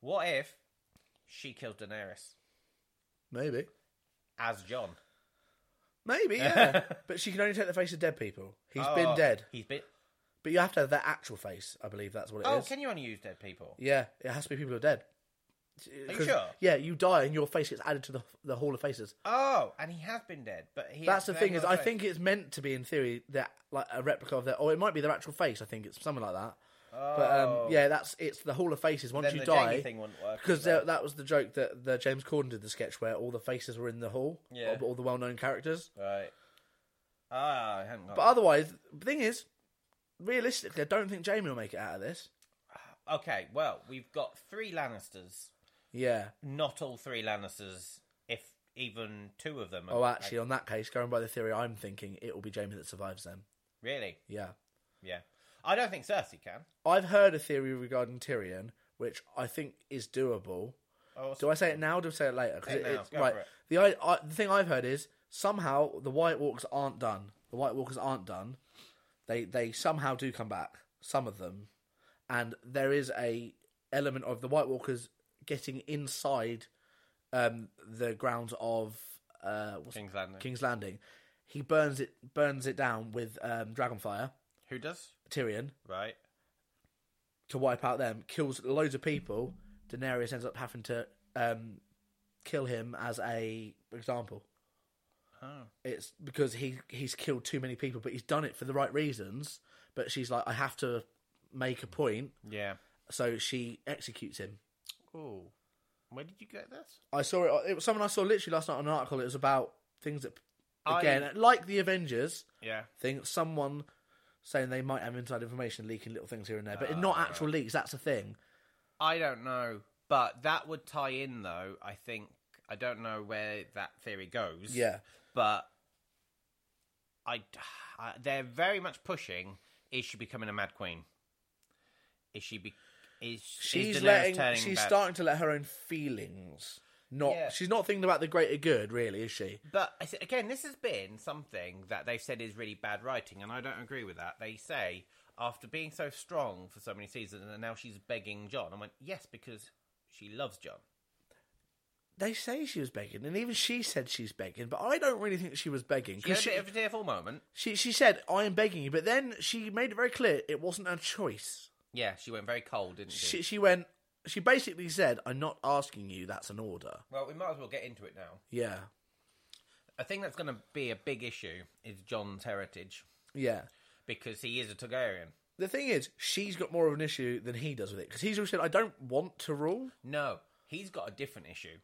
Speaker 2: What if she killed Daenerys
Speaker 1: Maybe.
Speaker 2: as John?
Speaker 1: Maybe, yeah. but she can only take the face of dead people. He's
Speaker 2: Oh,
Speaker 1: been dead.
Speaker 2: He's been.
Speaker 1: But you have to have their actual face, I believe that's what it is.
Speaker 2: Oh, can you only use dead people?
Speaker 1: Yeah, it has to be people who are dead. Are
Speaker 2: sure?
Speaker 1: Yeah, you die and your face gets added to the the hall of faces.
Speaker 2: Oh, and he has been dead, but he.
Speaker 1: That's
Speaker 2: they
Speaker 1: the thing
Speaker 2: haven't
Speaker 1: is,
Speaker 2: got a
Speaker 1: I
Speaker 2: face.
Speaker 1: think it's meant to be in theory that like a replica of their, or it might be their actual face. I think it's something like that. But um, yeah, that's it's the hall of faces. Once
Speaker 2: Oh. then
Speaker 1: you
Speaker 2: the Jamie
Speaker 1: die,
Speaker 2: thing wouldn't work
Speaker 1: because
Speaker 2: either.
Speaker 1: that was the joke that the James Corden did the sketch where all the faces were in the hall,
Speaker 2: Yeah.
Speaker 1: of all the well-known characters.
Speaker 2: right. Ah, I haven't got.
Speaker 1: But otherwise, the thing is, realistically, I don't think Jamie will make it out of this.
Speaker 2: that. okay, well, we've got three Lannisters.
Speaker 1: Yeah.
Speaker 2: Not all three Lannisters, if even two of them. Are,
Speaker 1: Oh, actually, on that case, going by the theory I'm thinking, it will be Jamie that survives them.
Speaker 2: really?
Speaker 1: Yeah.
Speaker 2: Yeah, I don't think Cersei can.
Speaker 1: I've heard a theory regarding Tyrion, which I think is doable.
Speaker 2: Oh, what's-
Speaker 1: Do I say it now? Or do I say it later? 'Cause
Speaker 2: Say it
Speaker 1: it-
Speaker 2: now.
Speaker 1: it's-
Speaker 2: Go
Speaker 1: right.
Speaker 2: for it.
Speaker 1: The I, I, the thing I've heard is somehow the White Walkers aren't done. The White Walkers aren't done. They they somehow do come back. Some of them, and there is a element of the White Walkers getting inside um, the grounds of uh, what's
Speaker 2: King's Landing.
Speaker 1: King's Landing. He burns it burns it down with um, dragonfire.
Speaker 2: Who does?
Speaker 1: Tyrion
Speaker 2: Right.
Speaker 1: to wipe out them, kills loads of people. Daenerys ends up having to um, kill him as a example.
Speaker 2: Oh.
Speaker 1: It's because he he's killed too many people, but he's done it for the right reasons. But she's like, I have to make a point,
Speaker 2: Yeah.
Speaker 1: so she executes him.
Speaker 2: Oh, where did you get this?
Speaker 1: I saw it. It was something I saw literally last night on an article. It was about things that,
Speaker 2: I-
Speaker 1: again, like the Avengers
Speaker 2: Yeah.
Speaker 1: thing. Someone saying they might have inside information, leaking little things here and there, but not
Speaker 2: Ah.
Speaker 1: actual leaks. That's a thing.
Speaker 2: I don't know, but that would tie in though. I think I don't know where that theory goes.
Speaker 1: Yeah,
Speaker 2: but I, I- they're very much pushing. Is she becoming a mad queen? Is she? Be, is
Speaker 1: she's
Speaker 2: is Daenerys
Speaker 1: letting
Speaker 2: turning
Speaker 1: she's
Speaker 2: bad?
Speaker 1: starting to let her own feelings not
Speaker 2: Yeah.
Speaker 1: she's not thinking about the greater good really is she
Speaker 2: But I said- again, this has been something that they've said is really bad writing, and I don't agree with that. They say after being so strong for so many seasons, and now she's begging John. I went yes because she loves John.
Speaker 1: they say she was begging and even she said she's begging but i don't really think she was begging
Speaker 2: She had
Speaker 1: because she,
Speaker 2: a bit of a tearful moment.
Speaker 1: she, she said i am begging you but then she made it very clear it wasn't her choice
Speaker 2: Yeah, she went very cold, didn't she?
Speaker 1: she, she went she basically said i'm not asking you that's an order
Speaker 2: Well, we might as well get into it now.
Speaker 1: yeah
Speaker 2: I think that's going to be a big issue is John's heritage
Speaker 1: yeah
Speaker 2: because he is a Targaryen.
Speaker 1: the thing is she's got more of an issue than he does with it because he's always said i don't want to rule
Speaker 2: No, he's got a different issue.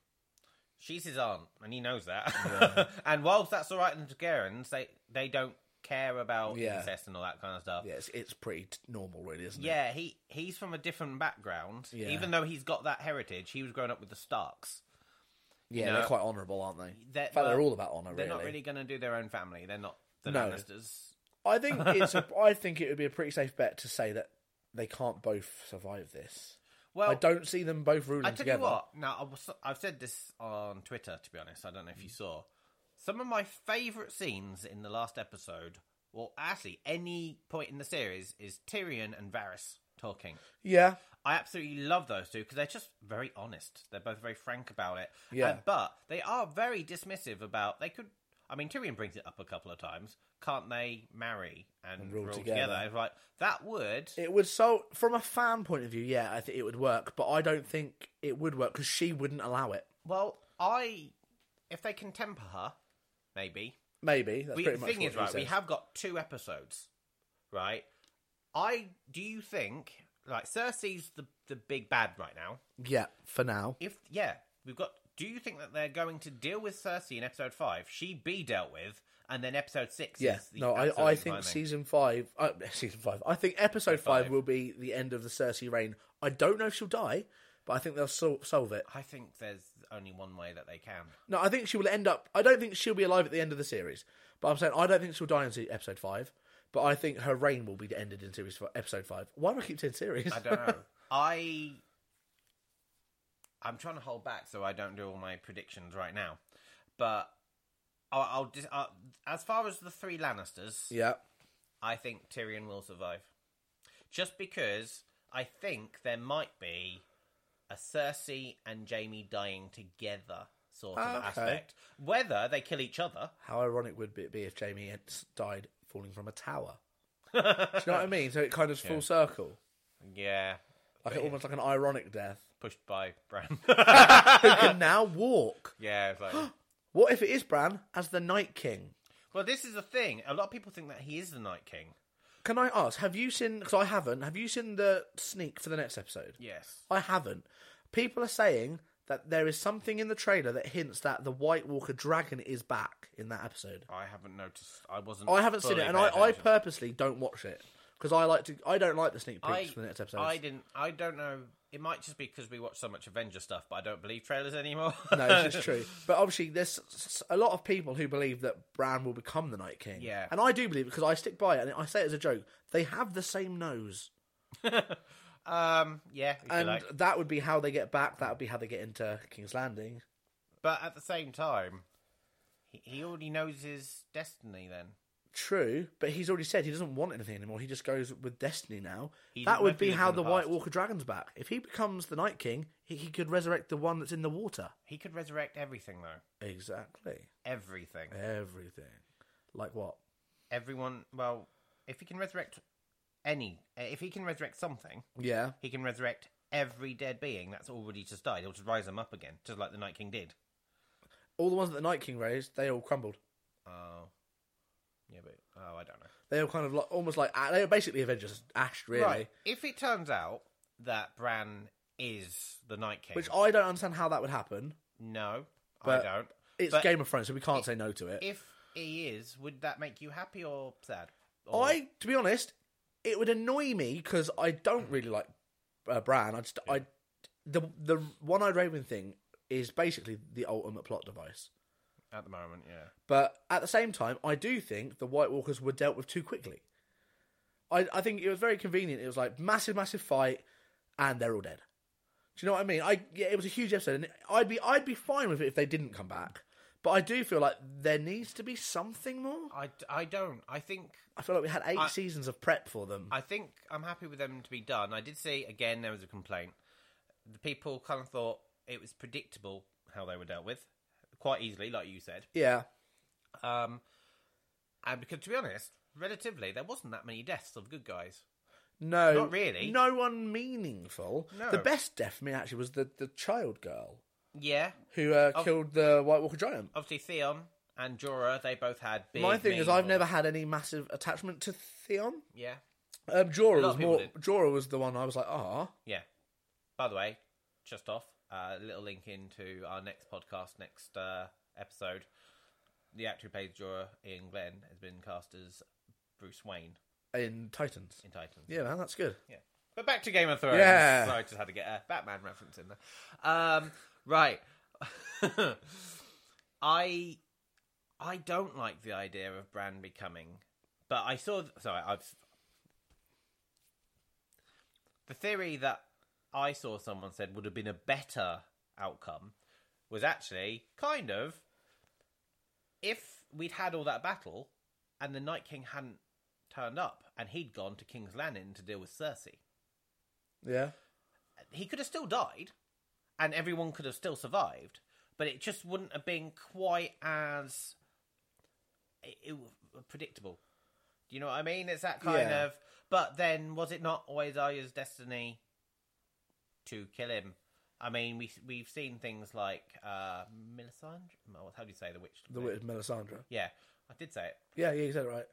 Speaker 2: She's his aunt, and he knows that. and whilst that's all right in the Targaryens, they they don't care about
Speaker 1: Yeah.
Speaker 2: incest and all that kind of stuff.
Speaker 1: yeah it's, it's pretty t- normal really isn't it
Speaker 2: Yeah, he he's from a different background.
Speaker 1: Yeah.
Speaker 2: Even though he's got that heritage, he was grown up with the Starks.
Speaker 1: yeah
Speaker 2: No.
Speaker 1: they're quite honorable aren't they
Speaker 2: They're,
Speaker 1: in fact, they're
Speaker 2: well,
Speaker 1: all about honor
Speaker 2: They're not really going to do their own family. They're not the
Speaker 1: No.
Speaker 2: Lannisters.
Speaker 1: I think it's. A, I think it would be a pretty safe bet to say that they can't both survive this.
Speaker 2: Well,
Speaker 1: I don't see them both ruling
Speaker 2: I tell
Speaker 1: together.
Speaker 2: you what. Now I was, I've said this on Twitter. To be honest, I don't know if you saw some of my favourite scenes in the last episode. Well, actually, any point in the series is Tyrion and Varys talking.
Speaker 1: Yeah,
Speaker 2: I absolutely love those two because they're just very honest. They're both very frank about it.
Speaker 1: Yeah.
Speaker 2: And- but they are very dismissive about they could. I mean, Tyrion brings it up a couple of times. Can't they marry and,
Speaker 1: rule
Speaker 2: rule, together?
Speaker 1: together.
Speaker 2: It's like that would.
Speaker 1: it would. So, from a fan point of view, yeah, I think it would work. But I don't think it would work because she wouldn't allow it.
Speaker 2: Well, I if they can temper her, maybe.
Speaker 1: Maybe that's
Speaker 2: We, the
Speaker 1: pretty much
Speaker 2: thing
Speaker 1: what
Speaker 2: is,
Speaker 1: he
Speaker 2: right, we
Speaker 1: says.
Speaker 2: have got two episodes, right? I do you think like Cersei's the the big bad right now?
Speaker 1: Yeah, for now.
Speaker 2: If yeah, we've got. Do you think that they're going to deal with Cersei in episode five? She be dealt with, and then episode six.
Speaker 1: Yeah,
Speaker 2: is the
Speaker 1: no, I, I
Speaker 2: absolute
Speaker 1: think
Speaker 2: climax.
Speaker 1: season five, uh, season five, I think episode five,
Speaker 2: Five.
Speaker 1: will be the end of the Cersei reign. I don't know if she'll die, but I think they'll sol- solve it.
Speaker 2: I think there's only one way that they can.
Speaker 1: No, I think she will end up. I don't think she'll be alive at the end of the series, but I'm saying I don't think she'll die in se- episode five. But I think her reign will be ended in series fi- episode five. Why do I keep saying series?
Speaker 2: I don't know. I I'm trying to hold back so I don't do all my predictions right now, but I'll, I'll just i as far as the three Lannisters,
Speaker 1: yeah,
Speaker 2: I think Tyrion will survive, just because I think there might be a Cersei and Jamie dying together sort of
Speaker 1: Ah, okay.
Speaker 2: aspect. Whether they kill each other,
Speaker 1: how ironic would it be if Jamie had s- died falling from a tower? Do you know what I mean? So it kind of full circle,
Speaker 2: yeah,
Speaker 1: like almost like an ironic death.
Speaker 2: pushed by Bran.
Speaker 1: Who can now walk?
Speaker 2: yeah, it's like.
Speaker 1: What if it is Bran as the Night King?
Speaker 2: Well, this is the thing. A lot of people think that he is the Night King.
Speaker 1: Can I ask? Have you seen? Because I haven't. Have you seen the sneak for the next episode?
Speaker 2: Yes.
Speaker 1: I haven't. People are saying that there is something in the trailer that hints that the White Walker dragon is back in that episode.
Speaker 2: I haven't noticed. Oh, I wasn't.
Speaker 1: I haven't seen
Speaker 2: fully
Speaker 1: it, and I,
Speaker 2: paying
Speaker 1: I
Speaker 2: attention.
Speaker 1: purposely don't watch it because I like to. I don't like the sneak peeks
Speaker 2: I-
Speaker 1: for the next episode.
Speaker 2: I didn't. I don't know. It might just be because we watch so much Avenger stuff, but I don't believe trailers anymore.
Speaker 1: no, it's just true. But obviously, there's s- s- a lot of people who believe that Bran will become the Night King.
Speaker 2: Yeah.
Speaker 1: and I do believe it because I stick by it, and I say it as a joke. They have the same nose,
Speaker 2: um, yeah. if you
Speaker 1: and
Speaker 2: like.
Speaker 1: that would be how they get back. That would be how they get into King's Landing.
Speaker 2: But at the same time, he, he already knows his destiny. Then
Speaker 1: True, but he's already said he doesn't want anything anymore. He just goes with destiny now.
Speaker 2: He
Speaker 1: that
Speaker 2: didn't
Speaker 1: would be
Speaker 2: reckon
Speaker 1: how
Speaker 2: in
Speaker 1: the
Speaker 2: the
Speaker 1: White
Speaker 2: past.
Speaker 1: Walker dragon's back. If he becomes the Night King, he, he could resurrect the one that's in the water.
Speaker 2: he could resurrect everything, though.
Speaker 1: Exactly.
Speaker 2: Everything.
Speaker 1: Everything. Like what?
Speaker 2: Everyone. Well, if he can resurrect any, eh, if he can resurrect something,
Speaker 1: Yeah.
Speaker 2: he can resurrect every dead being that's already just died. He'll just rise them up again, just like the Night King did.
Speaker 1: All the ones that the Night King raised, they all crumbled.
Speaker 2: Oh, yeah, but oh, I don't know.
Speaker 1: They all kind of like almost like uh, they were basically Avengers Ash, really.
Speaker 2: Right. If it turns out that Bran is the Night King,
Speaker 1: Which I don't understand how that would happen.
Speaker 2: no,
Speaker 1: But
Speaker 2: I don't.
Speaker 1: It's
Speaker 2: But-
Speaker 1: Game of Thrones, so we can't say no to it.
Speaker 2: If he is, would that make you happy or sad? Or,
Speaker 1: I, to be honest, it would annoy me because I don't really like uh, Bran. I just, I, the the one-eyed Raven thing is basically the ultimate plot device.
Speaker 2: at the moment, yeah.
Speaker 1: But at the same time, I do think the White Walkers were dealt with too quickly. I, I think it was very convenient. It was like massive, massive fight, and they're all dead. Do you know what I mean? I yeah, it was a huge episode, and I'd be I'd be fine with it if they didn't come back. But I do feel like there needs to be something more.
Speaker 2: I, I don't. I think
Speaker 1: I feel like we had eight
Speaker 2: I-
Speaker 1: seasons of prep for them.
Speaker 2: I think I'm happy with them to be done. I did see again there was a complaint. The people kind of thought it was predictable how they were dealt with quite easily, like you said.
Speaker 1: yeah,
Speaker 2: Um, and because to be honest, relatively there wasn't that many deaths of good guys.
Speaker 1: No,
Speaker 2: Not really.
Speaker 1: No one meaningful.
Speaker 2: No.
Speaker 1: The best death for me actually was the the child girl
Speaker 2: Yeah,
Speaker 1: who uh,
Speaker 2: Oh.
Speaker 1: killed the White Walker giant.
Speaker 2: obviously Theon and Jorah, they both had big.
Speaker 1: My thing is,
Speaker 2: mean-
Speaker 1: I've never had any massive attachment to Theon.
Speaker 2: Yeah,
Speaker 1: Um, Jorah
Speaker 2: lot
Speaker 1: was
Speaker 2: of people
Speaker 1: more. Jorah was the one I was like, ah,
Speaker 2: yeah. By the way, just off uh, a little link into our next podcast, next uh, episode. The actor who plays Jorah in Glenn has been cast as Bruce Wayne
Speaker 1: in Titans.
Speaker 2: in Titans.
Speaker 1: Yeah, man, that's good.
Speaker 2: Yeah. But back to Game of Thrones.
Speaker 1: Yeah.
Speaker 2: So I just had to get a Batman reference in there. Um, right. I I don't like the idea of Bran becoming, but I saw. th- Sorry, I've the theory that I saw someone said would have been a better outcome was actually kind of if we'd had all that battle and the Night King hadn't turned up and he'd gone to King's Landing to deal with Cersei
Speaker 1: Yeah,
Speaker 2: he could have still died and everyone could have still survived but it just wouldn't have been quite as it, it w- predictable do you know what i mean it's that kind
Speaker 1: Yeah.
Speaker 2: of but then was it not always Arya's destiny to kill him i mean we we've seen things like uh melisandre oh, how do you say the witch
Speaker 1: the witch Melisandre.
Speaker 2: yeah i did say it
Speaker 1: Yeah, yeah, you said it right.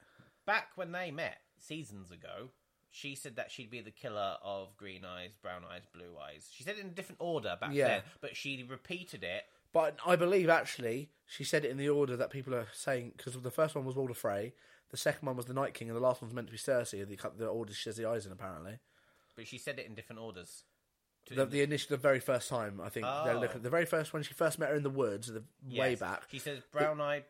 Speaker 2: back when they met seasons ago, she said that she'd be the killer of green eyes, brown eyes, blue eyes. She said it in a different order back
Speaker 1: Yeah.
Speaker 2: then, but she repeated it
Speaker 1: But I believe actually she said it in the order that people are saying because the first one was Walder Frey, the second one was the Night King, and the last one's meant to be Cersei. The, the order she says the eyes in apparently.
Speaker 2: But she said it in different orders. To-
Speaker 1: The, the initial, the very first time I think they're
Speaker 2: Oh.
Speaker 1: looking. The very first when she first met her in the woods, the way
Speaker 2: Yes.
Speaker 1: back,
Speaker 2: She says brown eyed,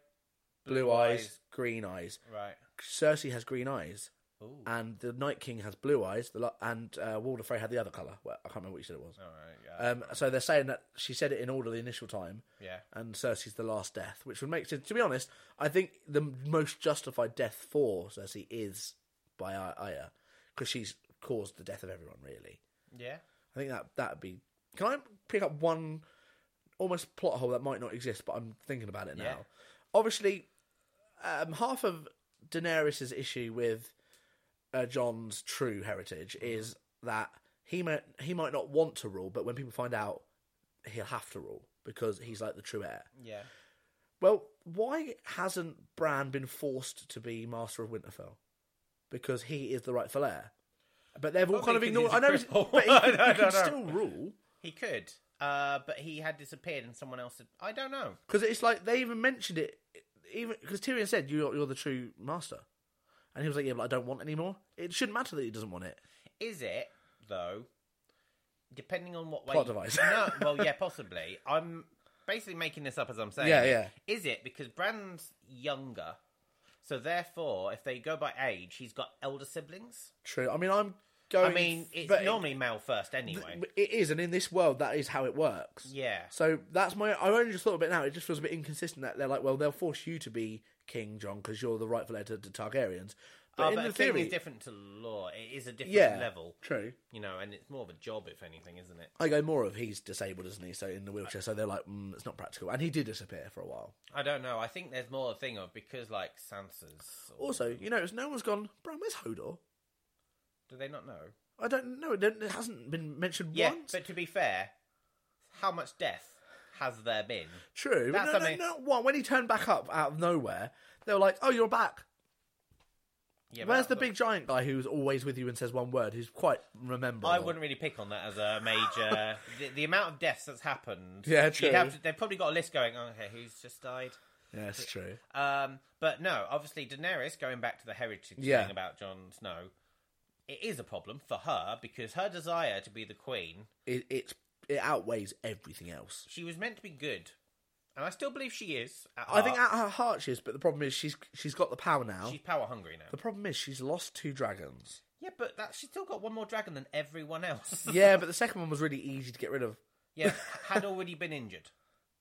Speaker 1: blue eyes, green eyes.
Speaker 2: Right.
Speaker 1: Cersei has green eyes,
Speaker 2: Ooh.
Speaker 1: and the Night King has blue eyes. The lo- and uh, Walder Frey had the other color. Well, I can't remember what you said it was.
Speaker 2: All right. Yeah.
Speaker 1: Um, so they're saying that she said it in order the initial time,
Speaker 2: yeah.
Speaker 1: and Cersei's the last death, which would make sense. To be honest, I think the m- most justified death for Cersei is by I- Arya, because she's caused the death of everyone. Really,
Speaker 2: Yeah.
Speaker 1: I think that that'd be. Can I pick up one almost plot hole that might not exist, but I'm thinking about it now.
Speaker 2: Yeah.
Speaker 1: Obviously, um, half of Daenerys's issue with uh, John's true heritage
Speaker 2: Mm-hmm.
Speaker 1: is that he might he might not want to rule, but when people find out, he'll have to rule because he's like the true heir.
Speaker 2: Yeah.
Speaker 1: Well, why hasn't Bran been forced to be master of Winterfell? Because he is the rightful heir. But they've all
Speaker 2: Probably
Speaker 1: kind of
Speaker 2: because
Speaker 1: ignored. I
Speaker 2: he's a
Speaker 1: know, he's-
Speaker 2: cripple.
Speaker 1: but he could,
Speaker 2: No,
Speaker 1: he
Speaker 2: no,
Speaker 1: could
Speaker 2: no.
Speaker 1: still rule.
Speaker 2: He could. Uh, but he had disappeared and someone else had. I don't know.
Speaker 1: Because it's like they even mentioned it, even because Tyrion said, "You're you're the true master," and he was like, "Yeah, but I don't want any more." It shouldn't matter that he doesn't want it.
Speaker 2: Is it, though, depending on what way.
Speaker 1: Plot device.
Speaker 2: no, well, yeah, possibly. I'm basically making this up as I'm saying.
Speaker 1: Yeah,
Speaker 2: it.
Speaker 1: yeah.
Speaker 2: Is it because Bran's younger. So therefore, if they go by age, he's got elder siblings.
Speaker 1: True. I mean, I'm going.
Speaker 2: I mean, it's
Speaker 1: but it-
Speaker 2: normally male first anyway.
Speaker 1: it is, and in this world, that is how it works.
Speaker 2: yeah,
Speaker 1: So that's my. I only just thought of it now. It just feels a bit inconsistent that they're like, well, they'll force you to be King John because you're the rightful heir to the Targaryens. But
Speaker 2: Oh,
Speaker 1: in
Speaker 2: but
Speaker 1: the
Speaker 2: a king
Speaker 1: theory,
Speaker 2: is different to law. It is a different
Speaker 1: yeah,
Speaker 2: level,
Speaker 1: True.
Speaker 2: you know, and it's more of a job, if anything, isn't it?
Speaker 1: I go more of he's disabled, isn't he? So in the wheelchair, so they're like, mm, it's not practical. And he did disappear for a while.
Speaker 2: I don't know. I think there's more a thing of because, like, Sansa's. Or,
Speaker 1: Also, you know, it's no one's gone. Bram, where's Hodor?
Speaker 2: do they not know?
Speaker 1: I don't know. It, don't- it hasn't been mentioned
Speaker 2: Yeah,
Speaker 1: once.
Speaker 2: but to be fair, how much death has there been?
Speaker 1: True. But no,
Speaker 2: That's
Speaker 1: no,
Speaker 2: something-
Speaker 1: no, one. When he turned back up out of nowhere, they were like, "Oh, you're back."
Speaker 2: Yeah, but
Speaker 1: Where's
Speaker 2: that's
Speaker 1: the big giant guy who's always with you and says one word? Who's quite rememberable.
Speaker 2: I wouldn't really pick on that as a major. the, the amount of deaths that's happened.
Speaker 1: Yeah,
Speaker 2: you'd
Speaker 1: true.
Speaker 2: have to- they've probably got a list going. "Oh, Okay, who's just died?
Speaker 1: Yeah, that's true.
Speaker 2: Um, but no, obviously Daenerys going back to the heritage
Speaker 1: Yeah.
Speaker 2: thing about Jon Snow, it is a problem for her because her desire to be the queen,
Speaker 1: It, it's it outweighs everything else.
Speaker 2: she was meant to be good, and I still believe she is. At
Speaker 1: I think
Speaker 2: heart.
Speaker 1: at her heart she is, but the problem is she's she's got the power now.
Speaker 2: she's power hungry
Speaker 1: The
Speaker 2: now.
Speaker 1: problem is she's lost two dragons.
Speaker 2: Yeah, but that, she's still got one more dragon than everyone else.
Speaker 1: yeah, but the second one was really easy to get rid of.
Speaker 2: yeah, had already been injured.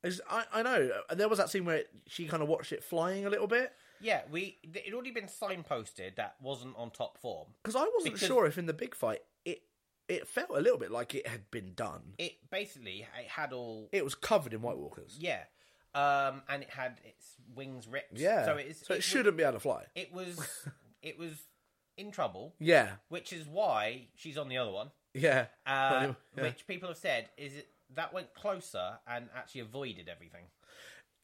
Speaker 1: It's- I, I know. uh, There was that scene where she kind of watched it flying a little bit.
Speaker 2: Yeah, we th- it'd already been signposted that wasn't on top form.
Speaker 1: Because I wasn't
Speaker 2: Because-
Speaker 1: sure if in the big fight it it felt a little bit like it had been done.
Speaker 2: It basically it had all
Speaker 1: It was covered in White Walkers.
Speaker 2: yeah, um, and it had its wings ripped.
Speaker 1: Yeah.
Speaker 2: so it is.
Speaker 1: so it,
Speaker 2: was-
Speaker 1: shouldn't be able to fly.
Speaker 2: it was it was in trouble,
Speaker 1: Yeah.
Speaker 2: which is why she's on the other one,
Speaker 1: Yeah.
Speaker 2: uh,
Speaker 1: But it- yeah.
Speaker 2: which people have said is it, that went closer and actually avoided everything.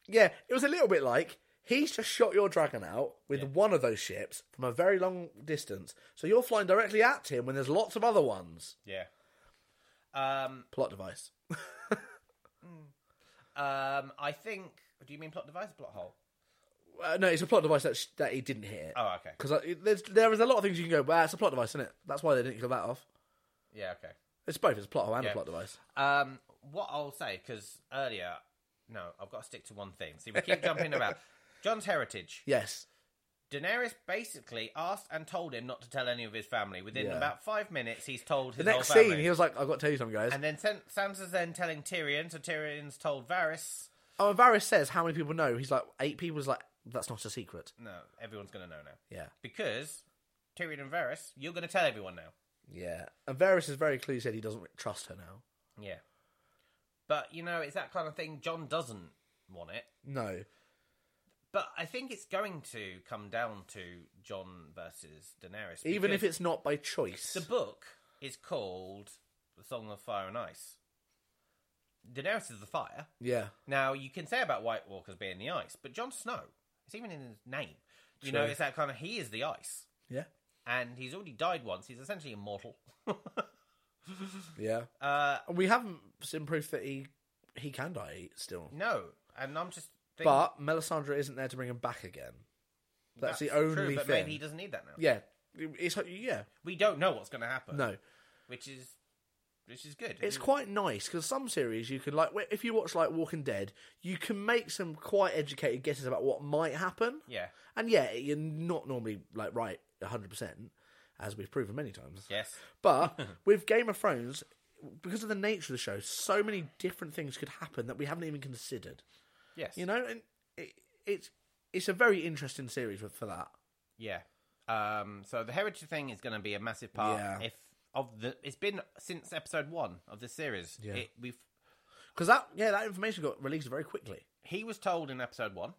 Speaker 1: Yeah. It was a little bit like he's just shot your dragon out with one of those ships from a very long distance. So you're flying directly at him when there's lots of other ones.
Speaker 2: Yeah. Um.
Speaker 1: Plot device.
Speaker 2: Um. I think. Do you mean plot device or plot hole?
Speaker 1: Uh, no, it's a plot device that, sh- that he didn't hit.
Speaker 2: Oh, okay.
Speaker 1: Because there's there is a lot of things you can go, well, it's a plot device, isn't it? That's why they didn't kill that off.
Speaker 2: Yeah. Okay.
Speaker 1: It's both, it's a plot hole and
Speaker 2: Yeah.
Speaker 1: a plot device.
Speaker 2: Um. What I'll say because earlier, no, I've got to stick to one thing. See, we keep jumping about John's heritage.
Speaker 1: Yes.
Speaker 2: Daenerys basically asked and told him not to tell any of his family. Within
Speaker 1: Yeah.
Speaker 2: about five minutes, he's told his
Speaker 1: The next
Speaker 2: whole family.
Speaker 1: scene, he was like, I've got to tell you something, guys.
Speaker 2: And then San- Sansa's then telling Tyrion, so Tyrion's told Varys.
Speaker 1: Oh, and Varys says how many people know. He's like eight people. Is like that's not a secret.
Speaker 2: No, everyone's going to know now.
Speaker 1: Yeah,
Speaker 2: Because Tyrion and Varys, you're going to tell everyone now.
Speaker 1: yeah. And Varys is very clearly said he doesn't trust her now.
Speaker 2: Yeah. But, you know, it's that kind of thing. John doesn't want it.
Speaker 1: No,
Speaker 2: But I think it's going to come down to John versus Daenerys.
Speaker 1: even if
Speaker 2: because
Speaker 1: it's not by choice.
Speaker 2: The book is called The Song of Fire and Ice. Daenerys is the fire.
Speaker 1: yeah,
Speaker 2: Now you can say about White Walkers being the ice, but Jon Snow, it's even in his name. You know,
Speaker 1: True.
Speaker 2: it's that kind of he is the ice,
Speaker 1: yeah,
Speaker 2: and he's already died once. He's essentially immortal.
Speaker 1: yeah.
Speaker 2: uh,
Speaker 1: And we haven't seen proof that he he can die still.
Speaker 2: No, and I'm just. Thinking,
Speaker 1: But Melisandre isn't there to bring him back again. That's, the only
Speaker 2: true, but
Speaker 1: thing.
Speaker 2: maybe he doesn't need that now.
Speaker 1: Yeah, it's yeah.
Speaker 2: We don't know what's going to happen.
Speaker 1: No,
Speaker 2: which is which is good.
Speaker 1: it's
Speaker 2: It-
Speaker 1: quite nice because some series you can like if you watch like Walking Dead, you can make some quite educated guesses about what might happen.
Speaker 2: Yeah.
Speaker 1: And yeah, you're not normally like right 100 percent, as we've proven many times.
Speaker 2: Yes.
Speaker 1: But with Game of Thrones, because of the nature of the show, so many different things could happen that we haven't even considered.
Speaker 2: Yes.
Speaker 1: You know, and it, it's it's a very interesting series with- for that.
Speaker 2: Yeah. Um, so the heritage thing is going to be a massive part.
Speaker 1: Yeah.
Speaker 2: If of the, it's been since episode one of this series.
Speaker 1: Yeah.
Speaker 2: It, we've
Speaker 1: Because that yeah, that information got released very quickly.
Speaker 2: he was told in episode one.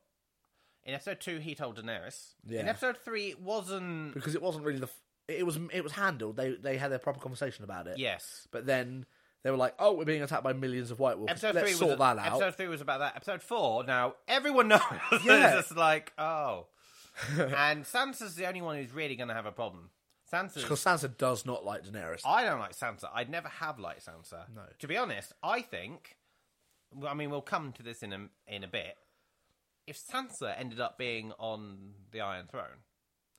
Speaker 2: In episode two, he told Daenerys. In
Speaker 1: Yeah.
Speaker 2: episode three, it wasn't.
Speaker 1: because it wasn't really the f- it was it was handled. They they had their proper conversation about it.
Speaker 2: Yes.
Speaker 1: But then they were like, "Oh, we're being attacked by millions of White Walkers.
Speaker 2: Episode
Speaker 1: Let's
Speaker 2: three
Speaker 1: sort
Speaker 2: was
Speaker 1: that out."
Speaker 2: episode three was about that. Episode four, now everyone knows. it's
Speaker 1: Yeah.
Speaker 2: just like oh, and Sansa's the only one who's really going to have a problem. Sansa's
Speaker 1: Because Sansa does not like Daenerys.
Speaker 2: I don't like Sansa. I'd never have liked Sansa.
Speaker 1: No.
Speaker 2: To be honest, I think. well, I mean, we'll come to this in a in a bit. If Sansa ended up being on the Iron Throne,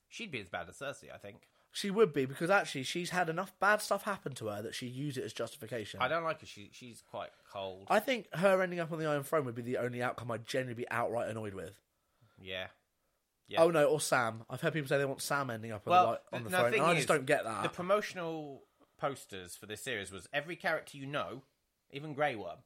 Speaker 2: she'd be as bad as Cersei. I think.
Speaker 1: She would be because actually she's had enough bad stuff happen to her that she used it as justification.
Speaker 2: I don't like her. She she's quite cold.
Speaker 1: I think her ending up on the Iron Throne would be the only outcome I'd generally be outright annoyed with.
Speaker 2: yeah. Yeah.
Speaker 1: Oh no, or Sam. I've heard people say they want Sam ending up on
Speaker 2: Well,
Speaker 1: the, li- on the
Speaker 2: th- no,
Speaker 1: throne,
Speaker 2: thing
Speaker 1: and I
Speaker 2: is,
Speaker 1: just don't get that.
Speaker 2: The promotional posters for this series was every character you know, even Grey Worm.